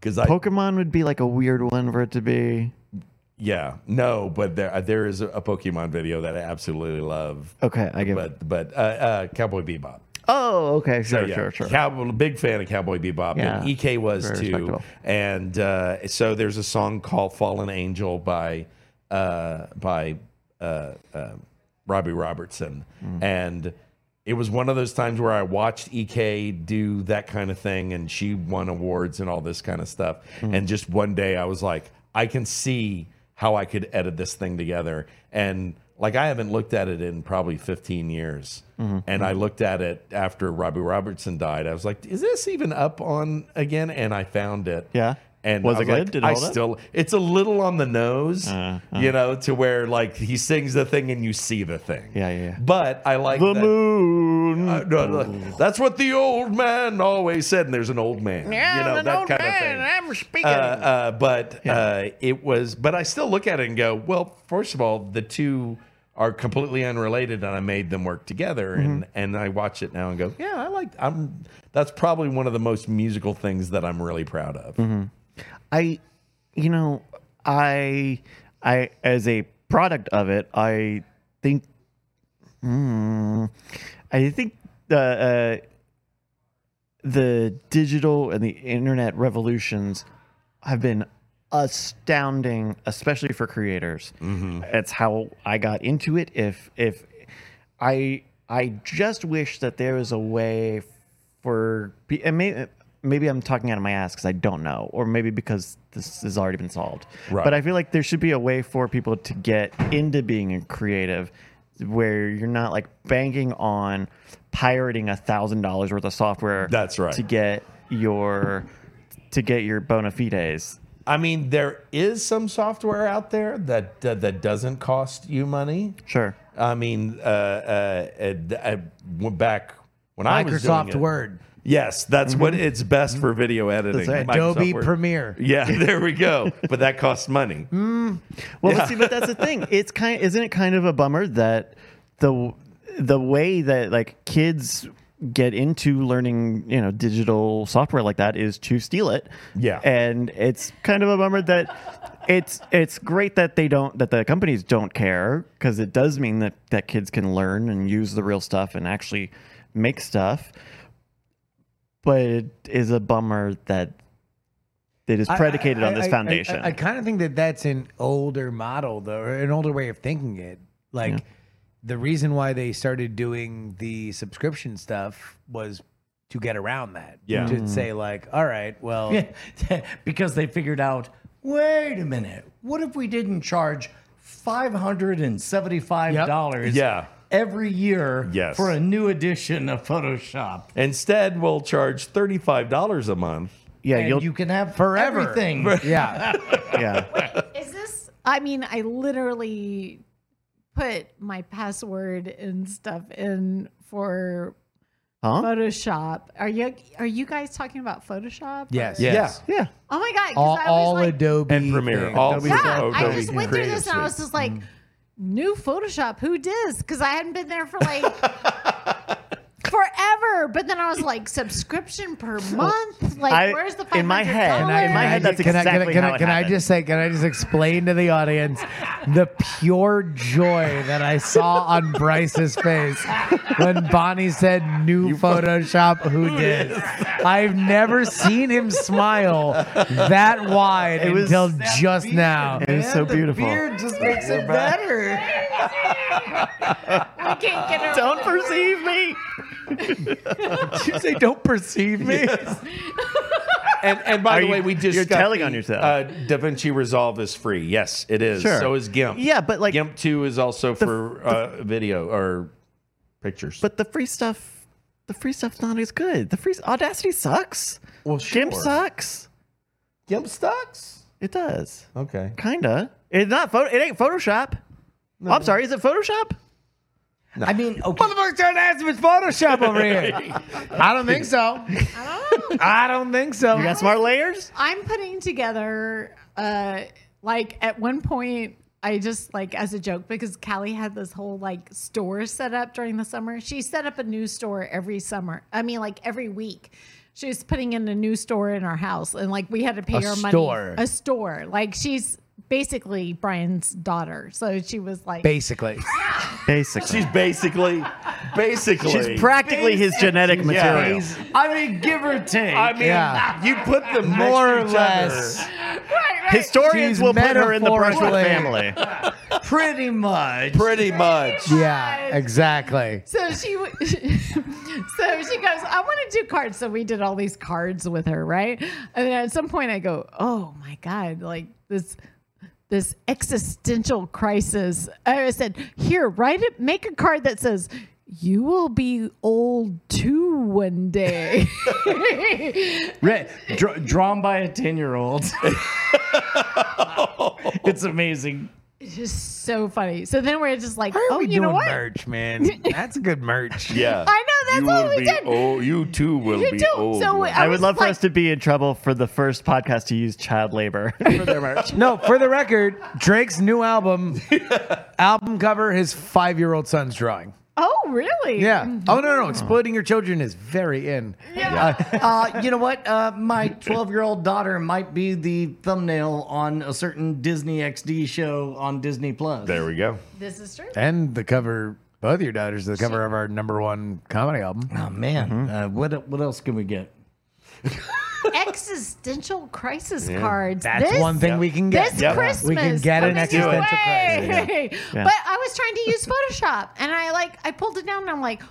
Speaker 1: because I.
Speaker 2: Pokemon would be like a weird one for it to be.
Speaker 1: yeah, no, but there uh, there is a Pokemon video that I absolutely love.
Speaker 2: Okay, I give it.
Speaker 1: But but uh, uh, Cowboy Bebop.
Speaker 2: Oh, okay, sure,
Speaker 1: Yeah.
Speaker 2: sure, sure.
Speaker 1: Cowboy, big fan of Cowboy Bebop,
Speaker 2: Yeah.
Speaker 1: and EK was
Speaker 2: Very
Speaker 1: too.
Speaker 2: respectable.
Speaker 1: And uh, so there's a song called "Fallen Angel" by uh, by uh, uh, Robbie Robertson,
Speaker 2: Mm.
Speaker 1: and it was one of those times where I watched EK do that kind of thing, and she won awards and all this kind of stuff.
Speaker 2: Mm.
Speaker 1: And just one day, I was like, I can see how I could edit this thing together, and like I haven't looked at it in probably 15 years.
Speaker 2: Mm-hmm.
Speaker 1: And I looked at it after Robbie Robertson died. I was like, is this even up on again? And I found it.
Speaker 2: Yeah.
Speaker 1: And
Speaker 2: Was
Speaker 1: I
Speaker 2: it
Speaker 1: like,
Speaker 2: good? Did it
Speaker 1: I
Speaker 2: hold up? Uh,
Speaker 1: still it's a little on the nose, you know, to where like he sings the thing and you see the thing.
Speaker 2: Yeah, yeah, yeah.
Speaker 1: But I like
Speaker 2: The
Speaker 1: that-
Speaker 2: moon.
Speaker 1: uh, no, no, that's what the old man always said, and there's an old man. you know, that kind of thing.
Speaker 2: I'm speaking.
Speaker 1: Uh, uh, but uh, it was, but I still look at it and go, well, first of all, the two are completely unrelated, and I made them work together,
Speaker 3: Mm-hmm.
Speaker 1: and and I watch it
Speaker 3: Mm-hmm.
Speaker 1: now and go, yeah, I like. I'm. That's probably one of the most musical things that I'm really proud of.
Speaker 2: I, you know, I, I as a product of it, I think, mm, I think the uh, the digital and the internet revolutions have been astounding, especially for creators. That's how I got into it. If if I I just wish that there was a way for pe- and maybe maybe I'm talking out of my ass because I don't know, or maybe because this has already been solved.
Speaker 1: Right.
Speaker 2: But I feel like there should be a way for people to get into being a creative, where you're not like banking on pirating a thousand dollars worth of software.
Speaker 1: That's right.
Speaker 2: To get your to get your bona fides.
Speaker 1: I mean, there is some software out there that that, that doesn't cost you money.
Speaker 2: Sure.
Speaker 1: I mean, uh, uh, uh, th- I went back when I was doing
Speaker 3: Microsoft
Speaker 1: it.
Speaker 3: Word, Mm-hmm.
Speaker 1: Yes, that's what it's best for video editing.
Speaker 2: That's right.
Speaker 1: Microsoft
Speaker 3: Adobe
Speaker 1: Word.
Speaker 3: Premiere.
Speaker 1: Yeah, there we go. But that costs money.
Speaker 2: Well, but see, but that's the thing. It's kind, isn't it kind of a bummer that the the way that like kids get into learning, you know, digital software like that is to steal it.
Speaker 1: Yeah.
Speaker 2: and it's kind of a bummer that it's it's great that they don't that the companies don't care because it does mean that that kids can learn and use the real stuff and actually make stuff. But it is a bummer that it is
Speaker 3: I-
Speaker 2: predicated
Speaker 3: I-
Speaker 2: on this
Speaker 3: I- I-
Speaker 2: foundation.
Speaker 3: I, kind of think that that's an older model, though, or an older way of thinking it. Like the reason why they started doing the subscription stuff was to get around that.
Speaker 1: Yeah.
Speaker 2: Mm.
Speaker 3: To say like, all right, well,
Speaker 4: because they figured out wait a minute what if we didn't charge $575
Speaker 1: Yeah.
Speaker 4: every year
Speaker 1: Yes.
Speaker 4: for a new edition of photoshop
Speaker 1: Instead, we'll charge thirty-five dollars a month.
Speaker 2: yeah,
Speaker 4: and
Speaker 2: you'll
Speaker 4: you can have
Speaker 3: Forever.
Speaker 4: everything
Speaker 3: yeah,
Speaker 2: yeah.
Speaker 5: Is this? I mean, I literally put my password and stuff in for
Speaker 2: Huh?
Speaker 5: Photoshop. Are you are you guys talking about Photoshop?
Speaker 3: yes,
Speaker 5: Or-
Speaker 3: yes.
Speaker 2: Yeah.
Speaker 5: Oh my god! 'cause
Speaker 3: All,
Speaker 5: I was
Speaker 3: all
Speaker 5: like,
Speaker 3: Adobe
Speaker 1: And Premiere,
Speaker 3: things.
Speaker 1: all
Speaker 3: Adobe
Speaker 5: Yeah,
Speaker 1: Adobe
Speaker 5: I just went through
Speaker 1: Creative
Speaker 5: this and I was
Speaker 1: Suite.
Speaker 5: just like,
Speaker 2: Mm-hmm.
Speaker 5: new Photoshop. Who dis? Because I hadn't been there for like forever. But then I was like, subscription per month. Like,
Speaker 2: I-
Speaker 5: where's the
Speaker 2: in my head-
Speaker 5: $500?
Speaker 2: in my
Speaker 3: Can I
Speaker 2: head,
Speaker 3: just-
Speaker 2: that's
Speaker 3: can I- can I-
Speaker 2: exactly
Speaker 3: can I-
Speaker 2: how it
Speaker 3: Can I
Speaker 2: happened.
Speaker 3: just say? Can I just explain to the audience the pure joy that I saw on Bryce's face when Bonnie said "new Photoshop"? Who did? I've never seen him smile that wide
Speaker 2: was-
Speaker 3: until just now.
Speaker 2: It was so beautiful.
Speaker 4: beard just makes it better
Speaker 5: I can't get over
Speaker 2: Don't
Speaker 5: it.
Speaker 2: perceive me.
Speaker 3: You say don't perceive me.
Speaker 1: And, and by
Speaker 2: Are
Speaker 1: the
Speaker 2: you-
Speaker 1: way, we just
Speaker 2: you're
Speaker 1: got
Speaker 2: telling
Speaker 1: the,
Speaker 2: on yourself.
Speaker 1: Uh, DaVinci Resolve is free. Yes, it is.
Speaker 2: Sure.
Speaker 1: So is GIMP.
Speaker 2: Yeah, but like,
Speaker 1: GIMP two is also for uh, video or pictures.
Speaker 2: but the free stuff, the free stuff's not as good. The free Audacity sucks.
Speaker 1: well,
Speaker 2: GIMP sucks.
Speaker 1: GIMP sucks.
Speaker 2: It does.
Speaker 1: Okay.
Speaker 2: Kinda. It's not. Photo, it ain't Photoshop. Oh, I'm sorry. Is it Photoshop?
Speaker 4: i mean okay
Speaker 3: Motherfucker trying to ask him it's Photoshop over here. I don't think so.
Speaker 5: I don't know.
Speaker 3: I don't think so.
Speaker 2: You got smart layers.
Speaker 5: I'm putting together uh like at one point I just like as a joke because Callie had this whole like store set up during the summer. She set up a new store every summer. I mean like every week. She was putting in a new store in our house and like we had to pay
Speaker 3: A
Speaker 5: her
Speaker 3: store.
Speaker 5: money. A store. Like she's basically Brian's daughter. So she was like
Speaker 3: Basically.
Speaker 2: Basically,
Speaker 1: She's basically, basically.
Speaker 2: she's practically his genetic material.
Speaker 4: i mean give or take
Speaker 1: I mean,
Speaker 3: Yeah.
Speaker 1: you put them next
Speaker 3: More
Speaker 1: to
Speaker 3: or
Speaker 1: each
Speaker 3: less.
Speaker 1: other.
Speaker 2: Historians
Speaker 3: She's
Speaker 2: will put her in the Brushwood
Speaker 3: metaphorically-
Speaker 2: family.
Speaker 4: pretty much
Speaker 1: Pretty much.
Speaker 3: Yeah, exactly.
Speaker 5: So she, w- so she goes. I want to do cards. So we did all these cards with her, right? And then at some point, I go, "Oh my god!" Like this, this existential crisis. I said, "Here, write it. Make a card that says." You will be old too one day.
Speaker 4: Re- dra- drawn by a 10 year old. it's amazing.
Speaker 5: it's just so funny. So then we're just like,
Speaker 3: Why are
Speaker 5: oh,
Speaker 3: we
Speaker 5: you know
Speaker 3: doing
Speaker 5: what?
Speaker 3: merch, man? That's good merch.
Speaker 1: Yeah.
Speaker 5: I know, that's
Speaker 1: you
Speaker 5: what
Speaker 1: will
Speaker 5: we
Speaker 1: be
Speaker 5: did.
Speaker 1: Old, you too will
Speaker 5: You
Speaker 1: be
Speaker 5: too.
Speaker 1: old.
Speaker 5: So
Speaker 1: one
Speaker 5: I
Speaker 2: I would
Speaker 5: was
Speaker 2: love for
Speaker 5: like-
Speaker 2: us to be in trouble for the first podcast to use child labor.
Speaker 3: No, for the record, Drake's new album, album cover, his five year old son's drawing.
Speaker 5: Oh, really?
Speaker 3: Yeah. Oh no, no, exploiting your children is very in.
Speaker 5: Yeah.
Speaker 4: Uh, you know what? Uh, my 12 year old daughter might be the thumbnail on a certain Disney XD show on Disney Plus.
Speaker 1: There we go.
Speaker 5: This is true.
Speaker 3: And the cover, both your daughters, the cover of our number one comedy album.
Speaker 4: Oh man, uh, what what else can we get?
Speaker 5: existential crisis cards.
Speaker 3: That's
Speaker 5: This-
Speaker 3: one thing we can get.
Speaker 5: This
Speaker 1: Yep.
Speaker 5: Christmas,
Speaker 3: We can get an
Speaker 5: coming
Speaker 3: existential
Speaker 5: your
Speaker 3: crisis.
Speaker 5: way.
Speaker 2: Yeah.
Speaker 5: But I was trying to use Photoshop, and I like I pulled it down, and I'm like,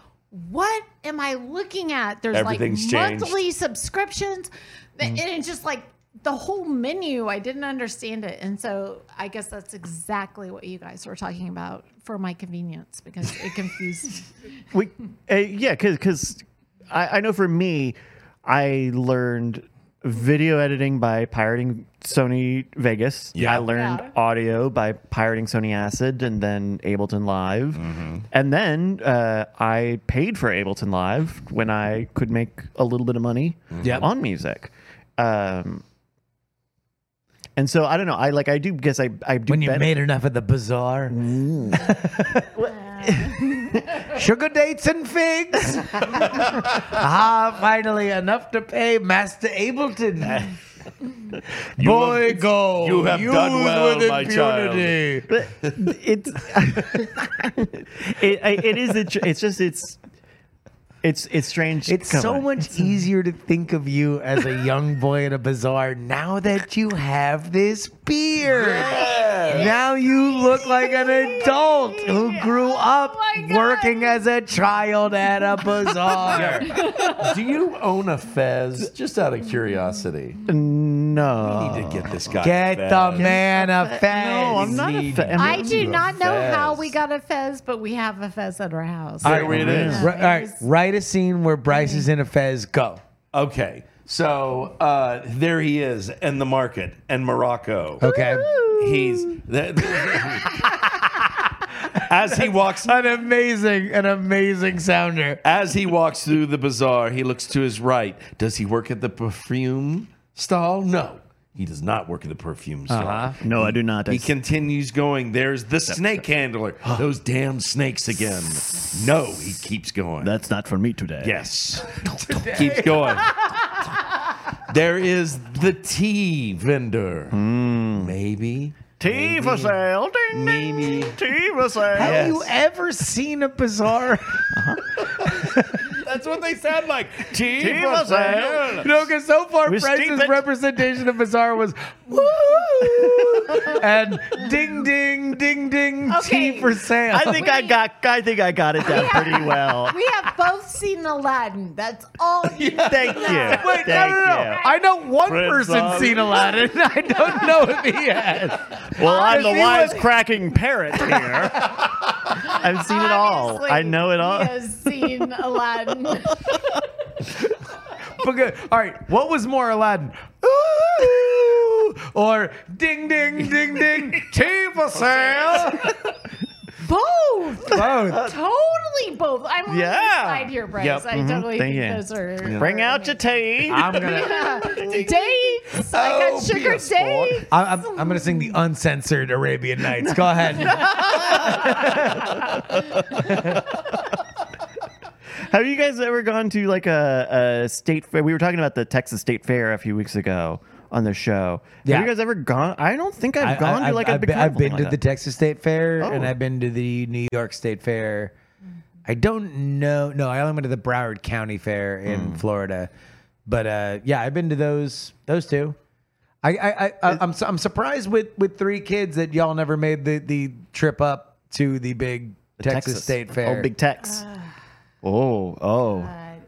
Speaker 5: what am I looking at? There's like
Speaker 1: Everything's changed. Mm-hmm.
Speaker 5: monthly subscriptions, and it's just like the whole menu. I didn't understand it, and so I guess that's exactly what you guys were talking about for my convenience because it confused.
Speaker 2: we, uh, yeah, because I, I know for me, I learned video editing by pirating Sony Vegas.
Speaker 1: Yeah.
Speaker 2: I learned
Speaker 5: Yeah.
Speaker 2: audio by pirating Sony Acid and then Ableton Live.
Speaker 3: Mm-hmm.
Speaker 2: And then uh, I paid for Ableton Live when I could make a little bit of money
Speaker 3: Mm-hmm. Yep.
Speaker 2: on music. Um, and so I don't know. I like I do guess I I do
Speaker 3: When you
Speaker 2: bet-
Speaker 3: made enough at the bazaar. Mm. Sugar dates and figs. ah, finally enough to pay Master Ableton. Boy,
Speaker 1: have-
Speaker 3: go.
Speaker 1: you have done
Speaker 3: Use
Speaker 1: well,
Speaker 3: with
Speaker 1: my child.
Speaker 3: impunity.
Speaker 2: but it's it, I- it is a tr- it's just it's it's it's strange
Speaker 3: It's
Speaker 2: Come
Speaker 3: so
Speaker 2: on.
Speaker 3: much easier to think of you as a young boy in a bazaar now that you have this beard. Now you look like an adult who grew up
Speaker 5: Oh my God.
Speaker 3: working as a child at a bazaar.
Speaker 1: Do you own a fez? Just out of curiosity.
Speaker 2: no
Speaker 1: I need to get this guy.
Speaker 3: Get
Speaker 1: a
Speaker 3: the
Speaker 1: fez.
Speaker 3: man a fez.
Speaker 2: no i'm not a fa- I'm
Speaker 5: I
Speaker 2: not-
Speaker 5: do not know how
Speaker 1: fez.
Speaker 5: we got a fez, but we have a fez at our house.
Speaker 1: There it is.
Speaker 3: Ri- all right, write a scene where Bryce is in a fez. Go.
Speaker 1: Okay. So uh, there he is in the market in Morocco.
Speaker 3: Okay.
Speaker 1: He's th- as he walks
Speaker 3: An amazing, an amazing sounder.
Speaker 1: as he walks through the bazaar. He looks to his right. Does he work at the perfume stall? No, he does not work at the perfume
Speaker 5: Uh-huh.
Speaker 1: stall.
Speaker 2: no i do not
Speaker 1: He continues going. There's the snake handler. Those damn snakes again. No, he keeps going.
Speaker 2: that's not for me today
Speaker 1: Yes. Keeps going. there is the tea vendor.
Speaker 3: Hmm.
Speaker 1: Maybe.
Speaker 2: tea for sale ding, ding.
Speaker 1: Maybe.
Speaker 2: tea for sale
Speaker 3: Have you ever seen a bazaar?
Speaker 1: That's what they sound like. Tea,
Speaker 2: Tea for sale.
Speaker 3: You know, because so far
Speaker 2: We steep
Speaker 3: Bryce's
Speaker 2: it.
Speaker 3: representation of Bizarre was woo and ding ding ding ding
Speaker 5: Okay.
Speaker 3: tea for sale.
Speaker 2: i think i got i think i got it down pretty well
Speaker 5: We have both seen Aladdin. That's all you
Speaker 2: thank you thank
Speaker 3: Wait, no, no, no.
Speaker 2: you
Speaker 3: I know one
Speaker 2: Prince
Speaker 3: person
Speaker 2: of-
Speaker 3: seen Aladdin. I don't know if he has.
Speaker 2: Well, I'm the
Speaker 3: Because he was-
Speaker 2: wisecracking parrot here. I've seen it all. I
Speaker 5: Obviously,
Speaker 2: know it all.
Speaker 5: He has seen Aladdin.
Speaker 3: But good. All right, what was more Aladdin? Ooh, or ding ding ding ding tea for sale.
Speaker 5: both.
Speaker 3: Both.
Speaker 5: Totally both. I'm on
Speaker 2: Yeah. Mm-hmm.
Speaker 5: your side here, Bryce.
Speaker 1: Yep.
Speaker 5: I totally
Speaker 2: Thank
Speaker 5: think
Speaker 2: you.
Speaker 5: those are.
Speaker 2: Bring out your tea.
Speaker 3: I'm gonna
Speaker 5: dates. I
Speaker 1: Oh,
Speaker 5: got
Speaker 1: be
Speaker 5: sugar
Speaker 1: a sport.
Speaker 5: dates.
Speaker 3: I- I'm, I'm gonna sing the uncensored Arabian Nights. Go ahead.
Speaker 2: Have you guys ever gone to like a, a state fair? We were talking about the Texas State Fair a few weeks ago on the show.
Speaker 3: Yeah.
Speaker 2: Have you guys ever gone? I don't think I've gone to like a
Speaker 3: I've
Speaker 2: big.
Speaker 3: been, I've
Speaker 2: carnival
Speaker 3: been
Speaker 2: like
Speaker 3: to
Speaker 2: that.
Speaker 3: the Texas State Fair
Speaker 2: Oh.
Speaker 3: and
Speaker 2: Mm-hmm.
Speaker 3: I've been to the New York State Fair. I don't know. No, I only went to the Broward County Fair in
Speaker 2: Mm.
Speaker 3: Florida, but uh, yeah, I've been to those those two. I, I, I, I I'm su- I'm surprised with with three kids that y'all never made the the trip up to the big Texas, State Fair.
Speaker 2: Oh, Big Tex.
Speaker 5: Ah.
Speaker 2: oh, oh,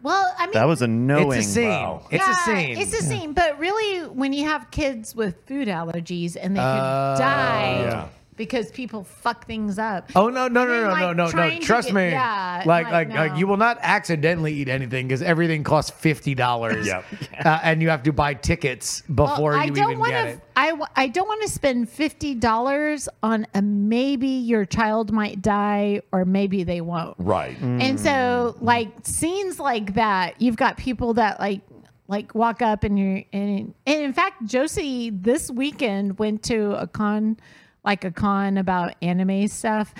Speaker 5: Well, I mean,
Speaker 2: that was a knowing.
Speaker 3: it's a scene.
Speaker 1: Wow.
Speaker 3: It's a
Speaker 5: yeah,
Speaker 3: scene.
Speaker 5: It's a scene. But really, when you have kids with food allergies and they could die
Speaker 1: Yeah.
Speaker 5: because people fuck things up.
Speaker 3: Oh no no no
Speaker 5: mean,
Speaker 3: no
Speaker 5: like,
Speaker 3: no no no!
Speaker 5: trying to
Speaker 3: Trust
Speaker 5: get-
Speaker 3: me,
Speaker 5: yeah,
Speaker 3: like like
Speaker 5: like,
Speaker 3: like
Speaker 5: no.
Speaker 3: you will not accidentally eat anything because everything costs fifty dollars.
Speaker 1: Yep.
Speaker 3: uh, and you have to buy tickets
Speaker 5: Well,
Speaker 3: before
Speaker 5: Oh, I
Speaker 3: you
Speaker 5: don't
Speaker 3: even
Speaker 5: wanna,
Speaker 3: get
Speaker 5: f-
Speaker 3: it.
Speaker 5: I, w- I don't want to spend fifty dollars on a maybe your child might die or maybe they won't.
Speaker 1: Right.
Speaker 3: Hmm.
Speaker 5: And
Speaker 3: Mm.
Speaker 5: so like scenes like that, you've got people that like like walk up and you're and and in fact Josie this weekend went to a con
Speaker 3: Hmm.
Speaker 5: like a con about anime stuff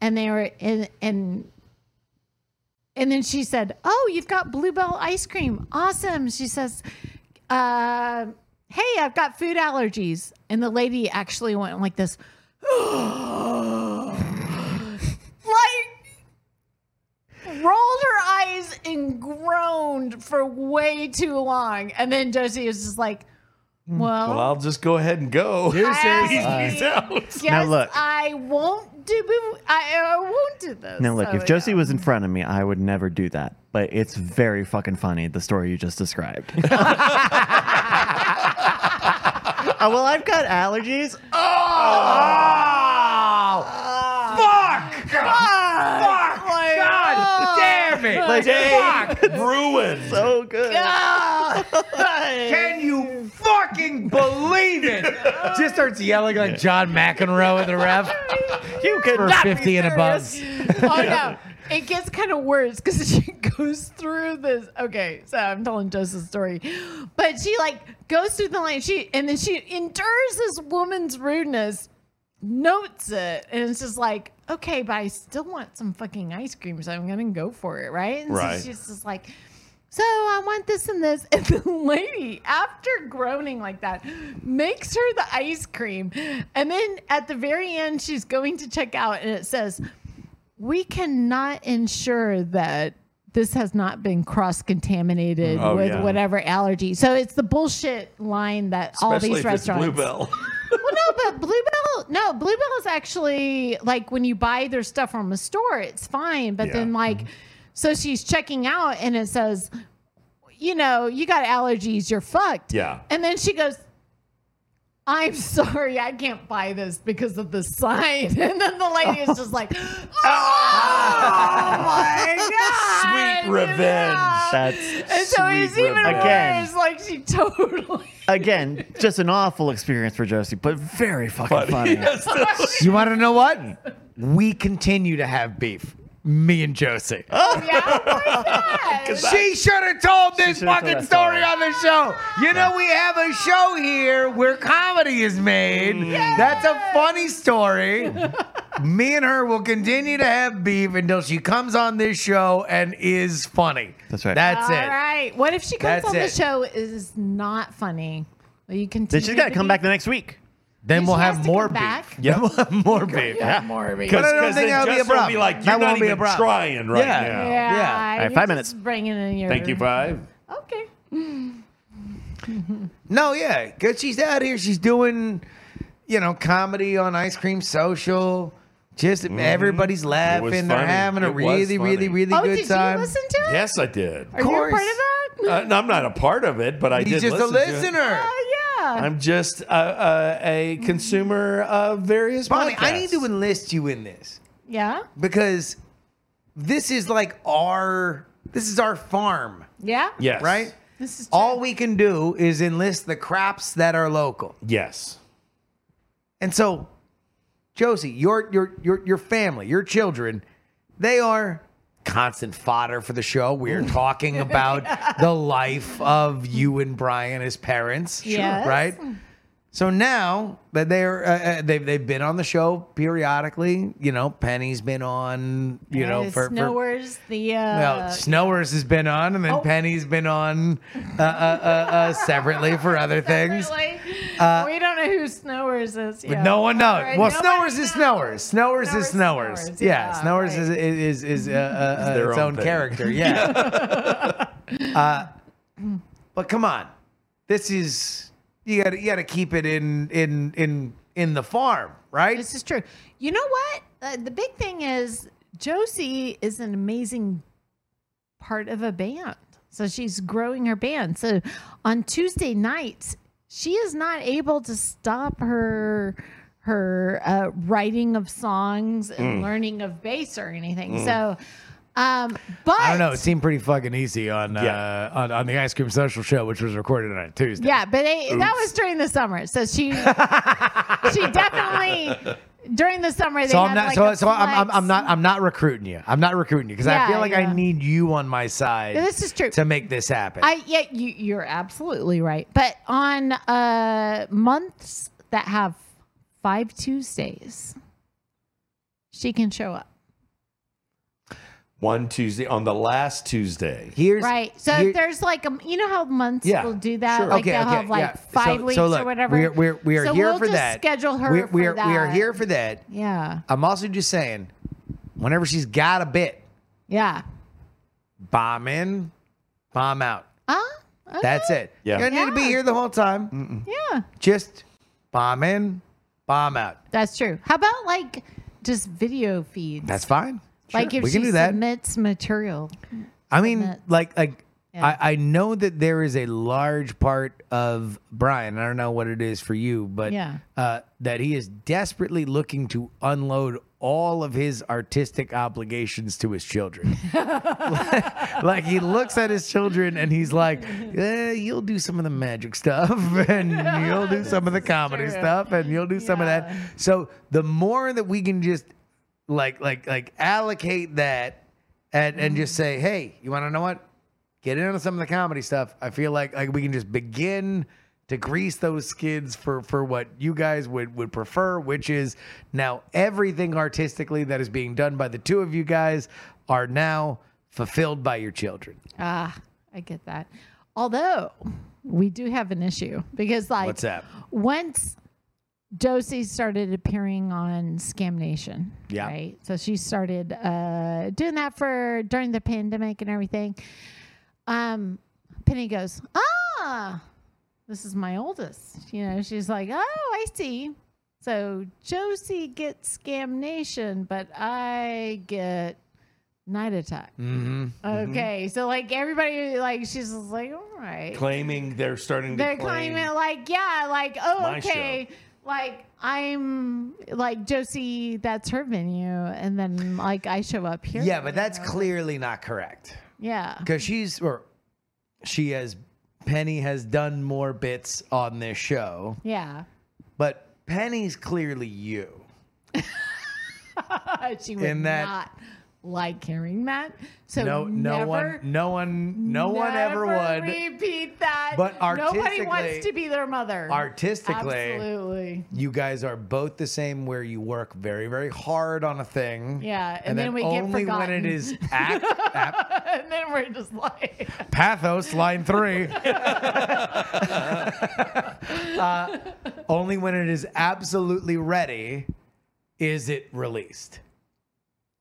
Speaker 5: and they were in and And then she said, "Oh, you've got Bluebell ice cream. Awesome." She says, uh, "Hey, I've got food allergies." And the lady actually went like this. like rolled her eyes and groaned for way too long. And then Josie is just like, well,
Speaker 1: Well, I'll just go ahead and go.
Speaker 5: I
Speaker 1: He's out.
Speaker 5: guess
Speaker 2: Now look.
Speaker 5: I won't do I, I won't do this.
Speaker 2: Now look,
Speaker 5: So,
Speaker 2: if Josie
Speaker 5: yeah.
Speaker 2: was in front of me, I would never do that. But it's very fucking funny the story you just described. Uh, well, I've got allergies.
Speaker 5: like, oh,
Speaker 6: Damn it!
Speaker 2: Like,
Speaker 1: Fuck, ruined.
Speaker 2: so good.
Speaker 6: Can you fucking believe it? Just starts yelling like
Speaker 3: John McEnroe at the ref
Speaker 2: You could
Speaker 3: for
Speaker 2: not be
Speaker 3: 50 and above.
Speaker 5: oh no. It gets kind of worse because she goes through this. Okay, so I'm telling Joseph's story, but she like goes through the line. She and then she endures this woman's rudeness, notes it, and it's just like, okay, but I still want some fucking ice cream, so I'm gonna go for it, right? And so
Speaker 1: Right.
Speaker 5: she's just like, so I want this and this. And the lady, after groaning like that, makes her the ice cream. And then at the very end, she's going to check out and it says, We cannot ensure that this has not been cross contaminated
Speaker 1: Oh,
Speaker 5: with
Speaker 1: yeah.
Speaker 5: whatever allergy. So it's the bullshit line that all
Speaker 1: Especially
Speaker 5: these
Speaker 1: if it's
Speaker 5: restaurants.
Speaker 1: Bluebell.
Speaker 5: Well, no, but Bluebell, no, Bluebell is actually like when you buy their stuff from a store, it's fine. But
Speaker 1: Yeah. Mm-hmm.
Speaker 5: then, like, so she's checking out and it says, you know, you got allergies, you're fucked.
Speaker 1: Yeah.
Speaker 5: And then she goes, I'm sorry, I can't buy this because of the sign. And then the lady is just like, oh
Speaker 1: Ah!
Speaker 5: my God.
Speaker 1: Sweet revenge.
Speaker 5: Yeah.
Speaker 2: That's
Speaker 5: And so it's
Speaker 1: Sweet
Speaker 5: even
Speaker 1: revenge.
Speaker 2: Again.
Speaker 5: worse. Like she totally.
Speaker 2: again just an awful experience for Josie, but very fucking
Speaker 1: But
Speaker 2: funny.
Speaker 1: yes, that-
Speaker 3: You want to know what? We continue to have beef. Me and Josie.
Speaker 5: Yeah, why not?
Speaker 3: She should have told
Speaker 2: should've
Speaker 3: this
Speaker 2: told
Speaker 3: fucking
Speaker 2: that
Speaker 3: story
Speaker 2: story.
Speaker 3: on the show. You know, we have a show here where comedy is made.
Speaker 2: Mm.
Speaker 3: That's a funny story. Me and her will continue to have beef until she comes on this show and is funny.
Speaker 2: That's right.
Speaker 3: That's
Speaker 5: All
Speaker 3: it.
Speaker 5: right. What if she comes
Speaker 3: That's
Speaker 5: on
Speaker 3: it.
Speaker 5: the show is not funny? Well, you can.
Speaker 2: then she's got to come back the next week.
Speaker 3: Then we'll
Speaker 5: She has
Speaker 3: have
Speaker 5: to come
Speaker 3: more beef.
Speaker 5: back.
Speaker 3: Yeah, we'll have more beef.
Speaker 2: Yeah.
Speaker 1: Because
Speaker 3: I don't think
Speaker 1: then
Speaker 3: that'll be
Speaker 1: Justin
Speaker 3: a
Speaker 1: will
Speaker 3: problem.
Speaker 1: Be like, you're
Speaker 3: That
Speaker 1: not
Speaker 3: won't be a
Speaker 1: even
Speaker 3: problem.
Speaker 1: trying right
Speaker 3: Yeah.
Speaker 1: now.
Speaker 5: Yeah.
Speaker 3: Yeah.
Speaker 2: right,
Speaker 5: you're
Speaker 2: five
Speaker 5: just
Speaker 2: minutes.
Speaker 5: Bringing in your.
Speaker 1: Thank you, five.
Speaker 5: Okay.
Speaker 3: No, yeah, because she's out here. She's doing, you know, comedy on Ice Cream Social. Just
Speaker 2: Mm-hmm.
Speaker 3: everybody's laughing. They're
Speaker 1: funny.
Speaker 3: having a
Speaker 1: It was
Speaker 3: really, really,
Speaker 1: funny.
Speaker 3: really
Speaker 5: Oh,
Speaker 3: good
Speaker 5: did
Speaker 3: time.
Speaker 5: you listen to it?
Speaker 1: Yes, I did.
Speaker 5: Are you a
Speaker 3: course.
Speaker 5: part of that?
Speaker 1: Uh, no, I'm not a part of it, but I
Speaker 3: He's
Speaker 1: did
Speaker 3: just a
Speaker 1: listen to it.
Speaker 3: listener.
Speaker 5: Oh yeah.
Speaker 1: I'm just a, uh a consumer of various
Speaker 3: Bonnie, I
Speaker 1: podcasts.
Speaker 3: need to enlist you in this
Speaker 5: yeah.
Speaker 3: because this is like our this is our farm,
Speaker 5: Yeah.
Speaker 1: Yes.
Speaker 3: right?
Speaker 5: This is
Speaker 3: All we can do is enlist the crops that are local.
Speaker 1: Yes.
Speaker 3: And so, Josie, your your your your family, your children, they are constant fodder for the show. We're talking about the life of you and Brian as parents,
Speaker 5: Yes.
Speaker 3: right? So now that they're uh, uh, they've they've been on the show periodically, you know, Penny's been on, you know,
Speaker 5: the
Speaker 3: for, for-
Speaker 5: uh, snowers. the uh,
Speaker 3: well, Snowers has been on, and then
Speaker 5: Oh.
Speaker 3: Penny's been on uh, uh, uh, uh, separately for other things. Uh,
Speaker 5: Really? we don't know who Snowers is. Yeah.
Speaker 3: No one knows.
Speaker 5: Right,
Speaker 3: Well,
Speaker 5: nobody
Speaker 3: Snowers is
Speaker 5: knows.
Speaker 3: Snowers. Snowers is Snowers. Yeah, Snowers
Speaker 5: right.
Speaker 3: is is is uh, uh, uh,
Speaker 1: their
Speaker 3: its
Speaker 1: own
Speaker 3: own
Speaker 1: thing.
Speaker 3: character. Yeah. uh, but come on, this is you got to you got to keep it in in in in the farm, right?
Speaker 5: This is true. You know what? Uh, the big thing is Josie is an amazing part of a band. So she's growing her band. So on Tuesday nights, she is not able to stop her her uh, writing of songs
Speaker 3: Hmm.
Speaker 5: and learning of bass or anything. So, um, but
Speaker 3: I don't know. It seemed pretty fucking easy on
Speaker 1: Yeah.
Speaker 3: uh, on, on the Ice Cream Social show, which was recorded on Tuesday.
Speaker 5: Yeah, but they, that was during the summer. So she she definitely during the summer they
Speaker 3: So
Speaker 5: had
Speaker 3: I'm not.
Speaker 5: like
Speaker 3: so
Speaker 5: a
Speaker 3: so I'm, I'm, I'm
Speaker 5: flex.
Speaker 3: not. I'm not recruiting you. I'm not recruiting you because I
Speaker 5: Yeah,
Speaker 3: feel like
Speaker 5: yeah.
Speaker 3: I need you on my side.
Speaker 5: This is true.
Speaker 3: to make this happen.
Speaker 5: I yeah, you you're absolutely right. But on uh months that have five Tuesdays, she can show up.
Speaker 1: one Tuesday on the last Tuesday.
Speaker 3: Here's
Speaker 5: Right. So
Speaker 3: here-
Speaker 5: if there's like a, you know how months
Speaker 3: Yeah,
Speaker 5: will do that.
Speaker 1: sure.
Speaker 5: Like
Speaker 3: Okay,
Speaker 5: they'll
Speaker 3: okay,
Speaker 5: have like
Speaker 3: yeah.
Speaker 5: five
Speaker 3: So-
Speaker 5: weeks
Speaker 3: so
Speaker 5: or
Speaker 3: look,
Speaker 5: whatever.
Speaker 3: We're, we're, we are
Speaker 5: so
Speaker 3: here
Speaker 5: we'll
Speaker 3: for
Speaker 5: just
Speaker 3: that.
Speaker 5: Schedule her
Speaker 3: We're,
Speaker 5: for
Speaker 3: we are,
Speaker 5: that.
Speaker 3: We are here for that.
Speaker 5: Yeah.
Speaker 3: I'm also just saying, whenever she's got a bit,
Speaker 5: Yeah.
Speaker 3: bomb in, bomb out.
Speaker 5: Huh? Okay.
Speaker 3: That's it.
Speaker 1: Yeah.
Speaker 3: You don't need to be
Speaker 5: Yeah.
Speaker 3: here the whole time.
Speaker 5: uh, Yeah.
Speaker 3: Just bomb in, bomb out.
Speaker 5: That's true. How about like just video feeds?
Speaker 3: That's fine.
Speaker 5: like
Speaker 3: Sure.
Speaker 5: if
Speaker 3: we
Speaker 5: she
Speaker 3: can do that.
Speaker 5: submits material.
Speaker 3: I mean,
Speaker 5: that.
Speaker 3: like, like
Speaker 5: Yeah.
Speaker 3: I, I know that there is a large part of Brian. I don't know what it is for you, but
Speaker 5: Yeah.
Speaker 3: uh, that he is desperately looking to unload all of his artistic obligations to his children. like he looks at his children and he's like, eh, "You'll do some of the magic stuff, and you'll do some of the comedy stuff, and you'll do some of that." So the more that we can just like like like allocate that and and
Speaker 5: Mm-hmm.
Speaker 3: just say, "Hey, you want to know what? Get in on some of the comedy stuff." I feel like like we can just begin to grease those skids for for what you guys would would prefer, which is now everything artistically that is being done by the two of you guys are now fulfilled by your children.
Speaker 5: Ah, I get that. Although we do have an issue because like
Speaker 3: What's that?
Speaker 5: once Josie started appearing on Scam Nation,
Speaker 3: Yeah.
Speaker 5: right? So she started uh, doing that for during the pandemic and everything. Um, Penny goes, ah, this is my oldest. You know, she's like, oh, I see. So Josie gets Scam Nation, but I get Night Attack. Okay, so like everybody, like she's just like, all right,
Speaker 1: Claiming they're starting to
Speaker 5: they're
Speaker 1: claim.
Speaker 5: claiming like, yeah, like oh,
Speaker 1: my
Speaker 5: okay, like I'm like Josie, that's her venue, and then like I show up here.
Speaker 3: Yeah, but that's clearly not correct.
Speaker 5: yeah,
Speaker 3: because she's or she has Penny has done more bits on this show,
Speaker 5: yeah.
Speaker 3: but Penny's clearly you.
Speaker 5: She would
Speaker 3: In that-
Speaker 5: not like hearing that. So
Speaker 3: No, no
Speaker 5: never,
Speaker 3: one, no one, no one ever
Speaker 5: never
Speaker 3: would.
Speaker 5: repeat that.
Speaker 3: But
Speaker 5: nobody wants
Speaker 3: artistically-
Speaker 5: to be their mother.
Speaker 3: Artistically,
Speaker 5: absolutely.
Speaker 3: you guys are both the same, where you work very, very hard on a thing.
Speaker 5: Yeah, and then we get
Speaker 3: only when it
Speaker 5: forgotten.
Speaker 3: is act, ap-
Speaker 5: And then we're just like,
Speaker 3: pathos, line three. uh, only when it is absolutely ready is it released.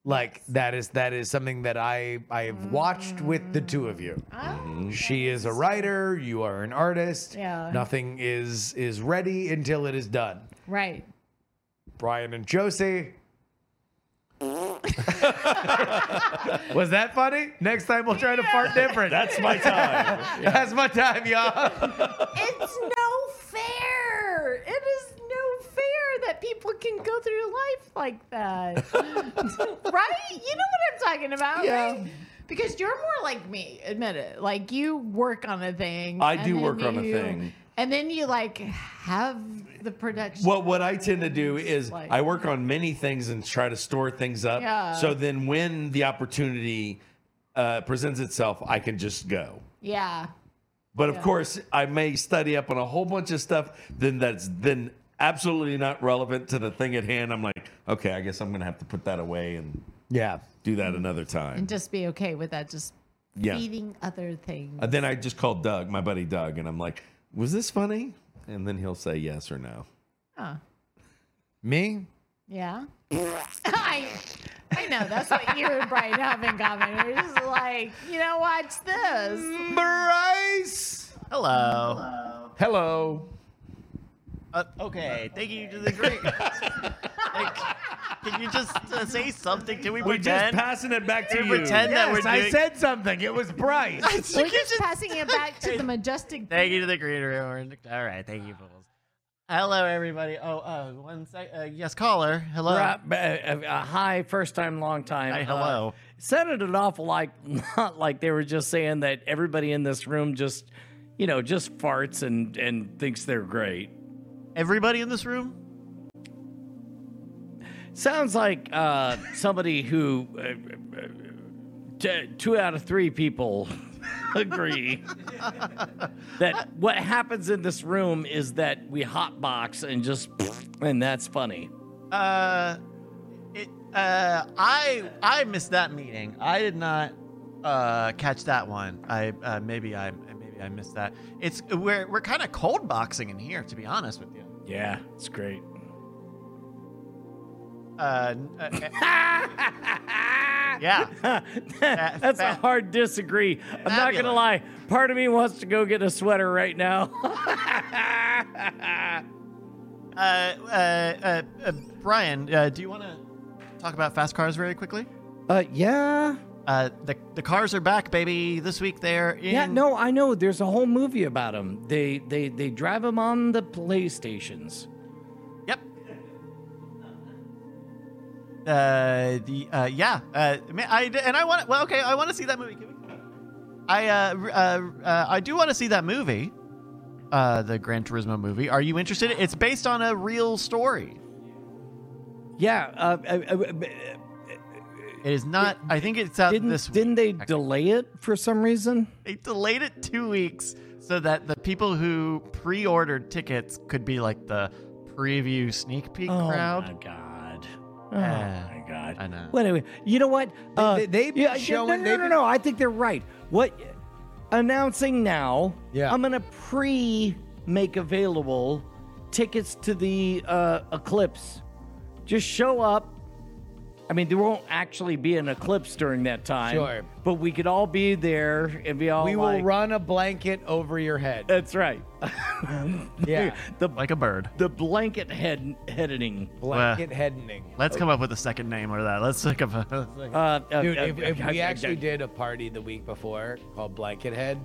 Speaker 3: Like that is that is something that I I have watched with the two of
Speaker 5: Mm.
Speaker 3: you.
Speaker 5: Ah,
Speaker 3: She is a writer, you are an artist.
Speaker 5: Yeah.
Speaker 3: Nothing is is ready until it is done.
Speaker 5: right.
Speaker 3: Brian and Josie. Was that funny? Next time we'll try to fart different.
Speaker 1: That's my time.
Speaker 3: That's my time, y'all.
Speaker 5: It's no fair. It is no fair that people can go through life like that. right? You know what I'm talking about,
Speaker 1: Yeah.
Speaker 5: right? Because you're more like me, admit it. Like you work on a thing.
Speaker 1: I
Speaker 5: and
Speaker 1: do
Speaker 5: then
Speaker 1: work on a
Speaker 5: you-
Speaker 1: thing.
Speaker 5: And then you like have the production.
Speaker 1: Well, what I tend to do is
Speaker 5: Like-
Speaker 1: I work on many things and try to store things up.
Speaker 5: Yeah.
Speaker 1: So then when the opportunity uh, presents itself, I can just go.
Speaker 5: Yeah.
Speaker 1: But of course, I may study up on a whole bunch of stuff then that's then absolutely not relevant to the thing at hand. I'm like, okay, I guess I'm going to have to put that away and
Speaker 3: Yeah.
Speaker 1: do that another time.
Speaker 5: Mm. And just be okay with that. Just
Speaker 1: yeah.
Speaker 5: feeding other things.
Speaker 1: And then I just call Doug, my buddy Doug, and I'm like, was this funny? And then he'll say yes or no.
Speaker 3: Me?
Speaker 5: Yeah. I, I know. That's what you and Brian have in common. You're just like, you know, watch this.
Speaker 1: Bryce!
Speaker 2: Hello.
Speaker 1: Hello.
Speaker 2: Uh, okay. Thank you to the great. like, can you just uh, say something? Can we
Speaker 1: We're just
Speaker 2: pretend?
Speaker 1: passing it back to
Speaker 2: Can
Speaker 1: you.
Speaker 2: we pretend that we're
Speaker 3: Yes, I
Speaker 2: doing-
Speaker 3: said something. It was Bryce.
Speaker 5: We're
Speaker 2: You
Speaker 5: just
Speaker 2: just-
Speaker 5: passing it back to the majestic.
Speaker 2: Thank you to the green room. All right, thank you, fools. Hello, everybody. Oh, uh, one sec. Uh, yes, caller. Hello.
Speaker 4: Right, b- uh, uh, hi, first time, long time.
Speaker 2: Hi,
Speaker 4: Uh,
Speaker 2: hello.
Speaker 4: sounded an awful like not like they were just saying that everybody in this room just, you know, just farts and and thinks they're great.
Speaker 2: Everybody in this room?
Speaker 4: Sounds like uh, somebody who uh, uh, t- two out of three people agree that what happens in this room is that we hotbox and just and that's funny.
Speaker 2: Uh, it, Uh, I I missed that meeting. I did not uh, catch that one. I uh, maybe I maybe I missed that. It's we're we're kind of cold boxing in here, to be honest with you.
Speaker 7: Yeah, it's great.
Speaker 2: Uh, n- uh, uh, yeah.
Speaker 7: That's a hard disagree. I'm not
Speaker 2: Fabulous.
Speaker 7: gonna lie. Part of me wants to go get a sweater right now.
Speaker 2: Uh, uh, uh, uh, Brian, uh, do you want to talk about fast cars very quickly?
Speaker 4: Uh, yeah.
Speaker 2: Uh, the the cars are back, baby. This week they're in.
Speaker 4: Yeah, no, I know. There's a whole movie about
Speaker 7: About them, they they they drive them on the PlayStations.
Speaker 2: Yep. Uh, the uh, yeah. Uh, ma- I d- and I want. Well, okay. I want to see that movie. Can we? I uh, r- uh, uh I do want to see that movie. Uh, the Gran Turismo movie. Are you interested? It's based on a real story.
Speaker 7: Yeah, uh, uh,
Speaker 2: It is not. I think it's out
Speaker 7: didn't
Speaker 2: this. week.
Speaker 7: didn't they delay it for some reason?
Speaker 2: They delayed it two weeks so that the people who pre-ordered tickets could be like the preview sneak peek
Speaker 7: Oh my
Speaker 2: crowd.
Speaker 7: god. Oh
Speaker 2: Yeah.
Speaker 7: my god.
Speaker 2: I know.
Speaker 4: Well, anyway, you know what? Uh,
Speaker 3: they- they've been
Speaker 4: yeah, yeah,
Speaker 3: showing-
Speaker 4: No, no, no,
Speaker 3: they've
Speaker 4: no,
Speaker 3: been-
Speaker 4: no, I think they're right. What? Announcing now.
Speaker 3: Yeah.
Speaker 4: I'm gonna pre-make available tickets to the uh, eclipse. Just show up. I mean, there won't actually be an eclipse during that time.
Speaker 3: Sure.
Speaker 4: But we could all be there and be all.
Speaker 3: We will
Speaker 4: like-
Speaker 3: run a blanket over your head.
Speaker 4: That's right.
Speaker 3: Yeah.
Speaker 4: The
Speaker 2: Like a bird.
Speaker 4: the blanket head heading.
Speaker 3: Blanket headening.
Speaker 2: Let's come up with a second name or that. Let's think of a. let's think-
Speaker 4: Uh, uh,
Speaker 3: Dude,
Speaker 4: uh,
Speaker 3: if, if
Speaker 4: uh,
Speaker 3: we
Speaker 4: uh,
Speaker 3: actually
Speaker 4: uh,
Speaker 3: did a party the week before called Blanket Head,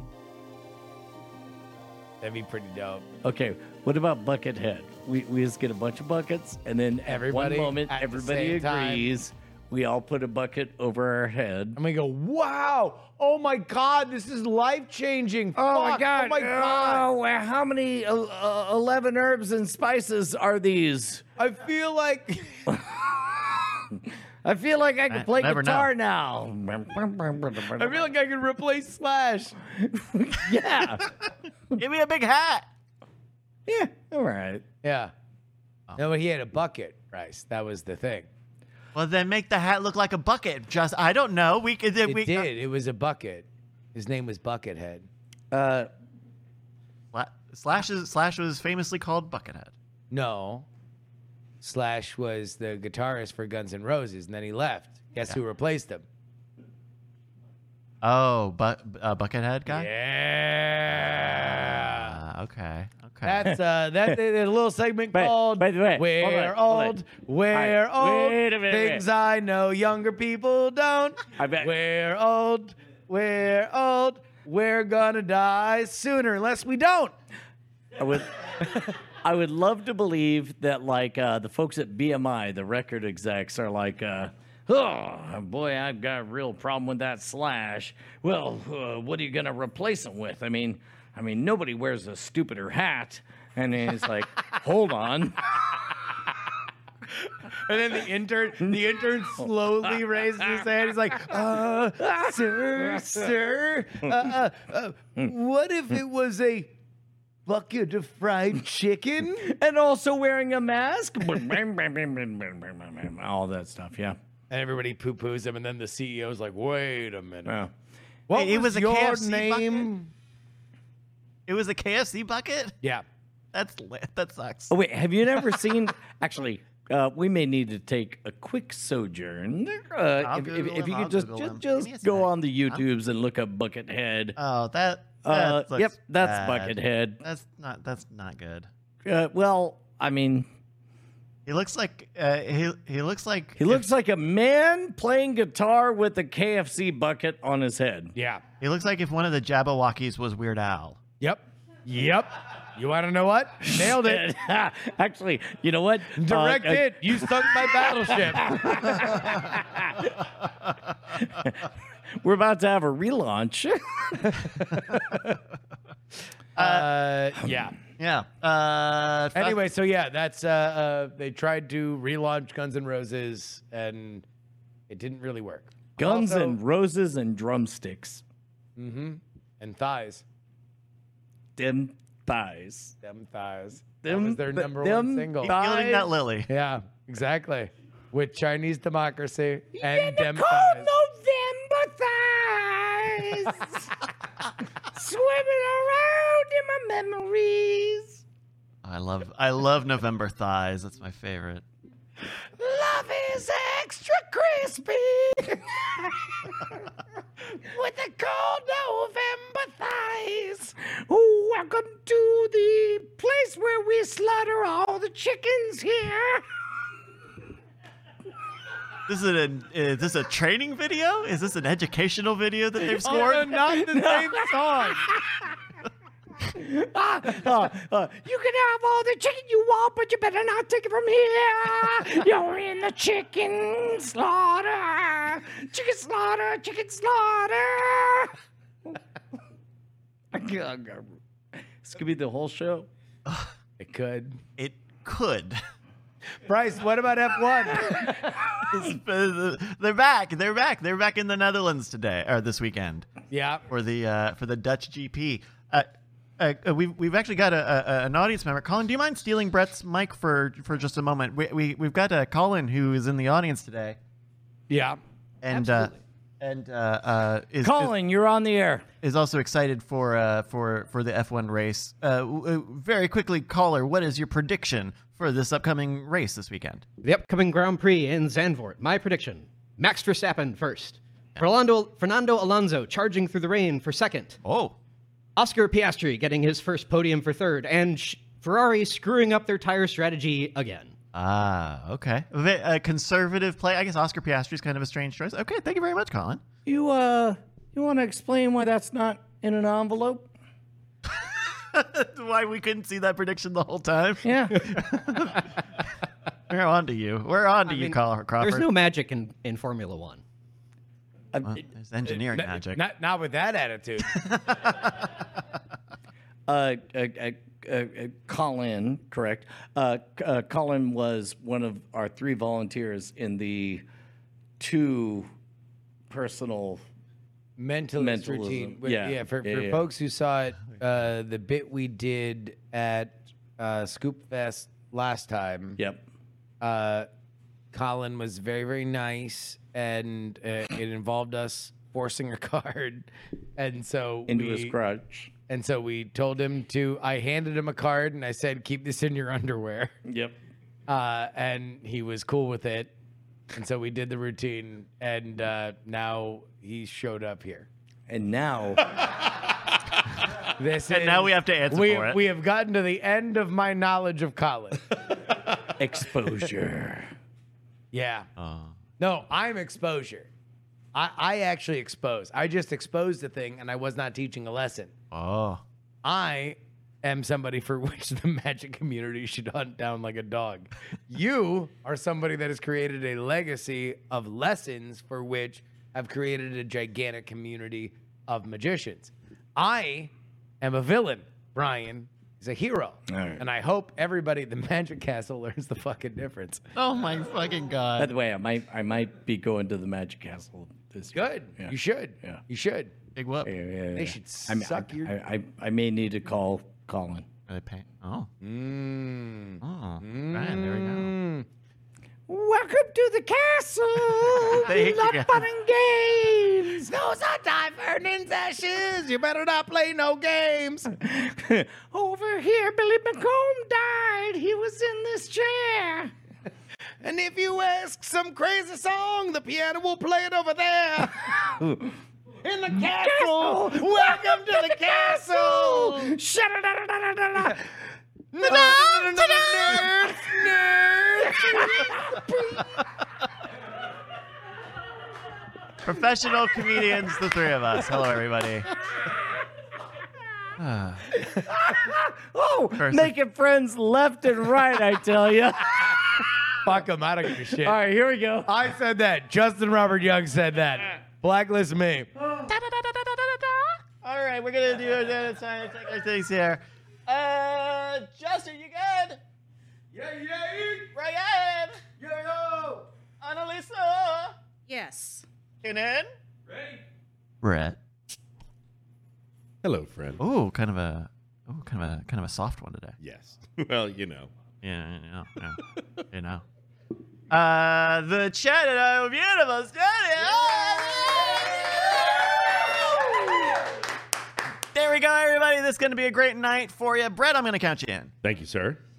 Speaker 3: that'd be pretty dope.
Speaker 7: Okay, what about Buckethead? We we just get a bunch of buckets, and then at
Speaker 3: Everybody
Speaker 7: one moment
Speaker 3: at the
Speaker 7: everybody
Speaker 3: same time.
Speaker 7: agrees. We all put a bucket over our head.
Speaker 3: I'm gonna go, wow! Oh my god, this is life changing. Oh my god!
Speaker 7: Oh, well, how many uh, uh, eleven herbs and spices are these?
Speaker 3: I feel like
Speaker 7: I feel like I can
Speaker 2: Uh,
Speaker 7: play
Speaker 2: never know.
Speaker 7: guitar now.
Speaker 3: I feel like I could replace Slash.
Speaker 7: yeah,
Speaker 2: Give me a big hat.
Speaker 7: yeah, all right.
Speaker 3: Yeah. No, but he had a bucket, Rice. That was the thing.
Speaker 2: Well, uh, then make the hat look like a bucket. Just I don't know. We could. uh,
Speaker 3: It
Speaker 2: we
Speaker 3: did. It was a bucket. His name was Buckethead.
Speaker 7: Uh,
Speaker 2: Sla- Slash is, Slash was famously called Buckethead.
Speaker 3: No. Slash was the guitarist for Guns N' Roses, and then he left. Guess who replaced him?
Speaker 2: Oh, but uh, Buckethead guy.
Speaker 3: Yeah.
Speaker 2: Uh, okay. Okay.
Speaker 3: That's uh that they did a little segment
Speaker 7: By-
Speaker 3: called
Speaker 7: by the way, hold
Speaker 3: We're
Speaker 7: on, hold on.
Speaker 3: old, we're
Speaker 7: All right,
Speaker 3: old
Speaker 7: wait a minute, wait.
Speaker 3: things I know younger people don't.
Speaker 7: I bet-
Speaker 3: We're old, we're old, we're gonna die sooner unless we don't.
Speaker 7: I would, I would love to believe that like uh, the folks at BMI, the record execs, are like, uh, oh boy, I've got a real problem with that slash. Well, uh, what are you gonna replace him with? I mean, I mean, nobody wears a stupider hat. And then he's like, hold on.
Speaker 3: And then the intern the intern slowly raises his hand. He's like, uh sir, sir. Uh, uh, uh, what if it was a bucket of fried chicken?
Speaker 7: And also wearing a mask. All that stuff, yeah.
Speaker 3: And everybody poo poos him, and then the CEO's like, "Wait a minute,
Speaker 7: yeah.
Speaker 3: what
Speaker 2: It was a
Speaker 3: your
Speaker 2: KFC bucket?
Speaker 3: name?"
Speaker 2: it was a KFC bucket.
Speaker 3: Yeah,
Speaker 2: That's lit. That sucks.
Speaker 7: Oh, wait, have you never seen? Actually, uh, we may need to take a quick sojourn. Uh,
Speaker 2: I'll
Speaker 7: if, if-
Speaker 2: Google
Speaker 7: if
Speaker 2: him,
Speaker 7: you
Speaker 2: I'll
Speaker 7: could just
Speaker 2: Google him.
Speaker 7: just,
Speaker 2: Give me a
Speaker 7: just go
Speaker 2: sec.
Speaker 7: on the YouTubes and look up Buckethead.
Speaker 2: Oh, that.
Speaker 7: Uh,
Speaker 2: that looks
Speaker 7: yep, that's
Speaker 2: bad.
Speaker 7: Buckethead.
Speaker 2: That's not. That's not good.
Speaker 7: Uh, well, I mean,
Speaker 2: He looks like. Uh, he he looks like.
Speaker 7: he looks like a man playing guitar with a KFC bucket on his head.
Speaker 3: yeah,
Speaker 2: He looks like if one of the Jabberwockies was Weird Al.
Speaker 3: yep, yep. You want to know what? Nailed it.
Speaker 7: Actually, you know what? Uh,
Speaker 3: Direct
Speaker 7: uh,
Speaker 3: hit. You sunk my battleship.
Speaker 7: we're about to have a relaunch.
Speaker 3: uh, yeah.
Speaker 2: Yeah. Uh. fuck-
Speaker 3: Anyway, so yeah, that's uh, uh, they tried to relaunch Guns N' Roses, and it didn't really work.
Speaker 7: Guns
Speaker 3: Also-
Speaker 7: and roses and drumsticks.
Speaker 3: And thighs,
Speaker 7: Dim thighs.
Speaker 3: them thighs. That
Speaker 7: Them
Speaker 3: was their
Speaker 7: th-
Speaker 3: number
Speaker 7: them
Speaker 3: one single.
Speaker 7: thighs.
Speaker 2: Yielding that lily.
Speaker 3: yeah, exactly. with Chinese democracy and dem-
Speaker 7: November thighs, swimming around in my memories.
Speaker 8: I love I love November thighs. That's my favorite.
Speaker 7: Love is extra crispy with the cold November thighs. Welcome to the place where we slaughter all the chickens here.
Speaker 8: This is an is this a training video? Is this an educational video that they've
Speaker 3: Or
Speaker 8: scored?
Speaker 3: not the same song.
Speaker 7: Uh, You can have all the chicken you want, but you better not take it from here. You're in the chicken slaughter. Chicken slaughter, chicken slaughter.
Speaker 4: This could be the whole show.
Speaker 3: It could.
Speaker 8: It could.
Speaker 3: Bryce, what about F1?
Speaker 8: They're back. They're back. They're back in the Netherlands today or this weekend
Speaker 3: yeah.
Speaker 8: for the uh, for the Dutch GP. Uh, uh, uh, we've we've actually got a, a, a- an audience member. Colin, do you mind stealing Brett's mic for for just a moment? We, we we've got uh, Colin who is in the audience today
Speaker 3: Yeah.
Speaker 8: and uh, and uh, uh, is, is
Speaker 4: Colin, you're on the air.
Speaker 8: is also excited for uh, for for the F1 race. Uh, w- uh, very quickly, caller, what is your prediction for this upcoming race this weekend?
Speaker 9: The upcoming Grand Prix in Zandvoort. My prediction Max Verstappen first. Fernando, Fernando Alonso charging through the rain for second.
Speaker 8: Oh,
Speaker 9: Oscar Piastri getting his first podium for third. And sh- Ferrari screwing up their tire strategy again.
Speaker 8: ah, okay, Ve- a conservative play. I guess Oscar Piastri is kind of a strange choice. Okay, thank you very much, Colin.
Speaker 4: You uh, you want to explain why that's not in an envelope?
Speaker 8: That's why we couldn't see that prediction the whole time.
Speaker 4: Yeah.
Speaker 8: We're on to you. We're on to you, Colin Crawford.
Speaker 9: There's no magic in, in Formula One.
Speaker 8: Well, there's engineering magic.
Speaker 3: Not not with that attitude.
Speaker 4: uh, uh, uh, uh, uh, Colin, correct? Uh, C- uh, Colin was one of our three volunteers in the two personal.
Speaker 3: Mentalist
Speaker 4: Mentalism.
Speaker 3: routine. With-
Speaker 4: Yeah.
Speaker 3: For,
Speaker 4: Yeah,
Speaker 3: for
Speaker 4: yeah.
Speaker 3: folks who saw it, uh, the bit we did at uh, Scoop Fest last time.
Speaker 4: Yep.
Speaker 3: uh, Colin was very, very nice, and uh, it involved us forcing a card, and so
Speaker 4: Into
Speaker 3: we,
Speaker 4: his garage.
Speaker 3: And so we told him to. I handed him a card, and I said, "Keep this in your underwear,"
Speaker 4: Yep.
Speaker 3: uh, and he was cool with it. And so we did the routine, and uh, now he showed up here.
Speaker 4: And now,
Speaker 3: This
Speaker 8: And
Speaker 3: is-
Speaker 8: now we have to answer
Speaker 3: we,
Speaker 8: for it.
Speaker 3: We have gotten to the end of my knowledge of Colin.
Speaker 4: exposure.
Speaker 3: Yeah.
Speaker 8: Uh.
Speaker 3: No, I'm exposure. I, I actually expose. I just exposed a thing and I was not teaching a lesson.
Speaker 8: oh,
Speaker 3: I am somebody for which the magic community should hunt down like a dog. you are somebody that has created a legacy of lessons for which have created a gigantic community of magicians. I am a villain. Brian is a hero. And I hope everybody at the Magic Castle learns the fucking difference.
Speaker 8: oh my fucking
Speaker 4: By
Speaker 8: god!
Speaker 4: the way, I might I might be going to the Magic Castle this year.
Speaker 3: Good.
Speaker 4: Yeah.
Speaker 3: You should.
Speaker 4: Yeah.
Speaker 3: You should.
Speaker 8: Big whoop.
Speaker 4: Yeah,
Speaker 8: Are
Speaker 4: yeah, yeah.
Speaker 3: They should
Speaker 4: I mean,
Speaker 3: suck
Speaker 4: I,
Speaker 3: your-
Speaker 4: I, I, I may need to call Colin.
Speaker 8: they paying? Oh, oh, Brian, there we go.
Speaker 7: Welcome to the castle.
Speaker 8: Thank
Speaker 7: we
Speaker 8: you, guys.
Speaker 7: love fun and games.
Speaker 3: Those are diverting sessions. You better not play no games.
Speaker 7: Over here, Billy McComb died. He was in this chair.
Speaker 3: And if you ask some crazy song, the piano will play it over there. In the castle. Welcome to the castle.
Speaker 7: Sha-da-da-da-da-da-da.
Speaker 1: Oh,
Speaker 3: Nerds, nerds, nerds.
Speaker 8: Professional comedians, the three of us. Hello, everybody.
Speaker 4: Oh,
Speaker 8: Person.
Speaker 4: making friends left and right, I tell you. All
Speaker 3: Fuck them. I don't give a shit.
Speaker 4: right, here we go.
Speaker 3: I said that. Justin Robert Young said that. Blacklist me.
Speaker 8: All right, we're gonna do our data science our things here. Uh, Justin, you good?
Speaker 3: Yeah, yeah,
Speaker 8: Brian,
Speaker 3: yeah.
Speaker 8: Annalisa,
Speaker 5: Yes.
Speaker 8: Kenan, Brett.
Speaker 1: Hello, friend.
Speaker 8: Oh, kind of a, oh, kind of a, kind of a soft one today.
Speaker 1: Yes. Well, you know.
Speaker 8: Yeah, you know, you know.
Speaker 2: Uh, the chat at I Am Universe. There we go, everybody. This is going to be a great night for you. Brett, I'm going to count you in.
Speaker 1: Thank you, sir.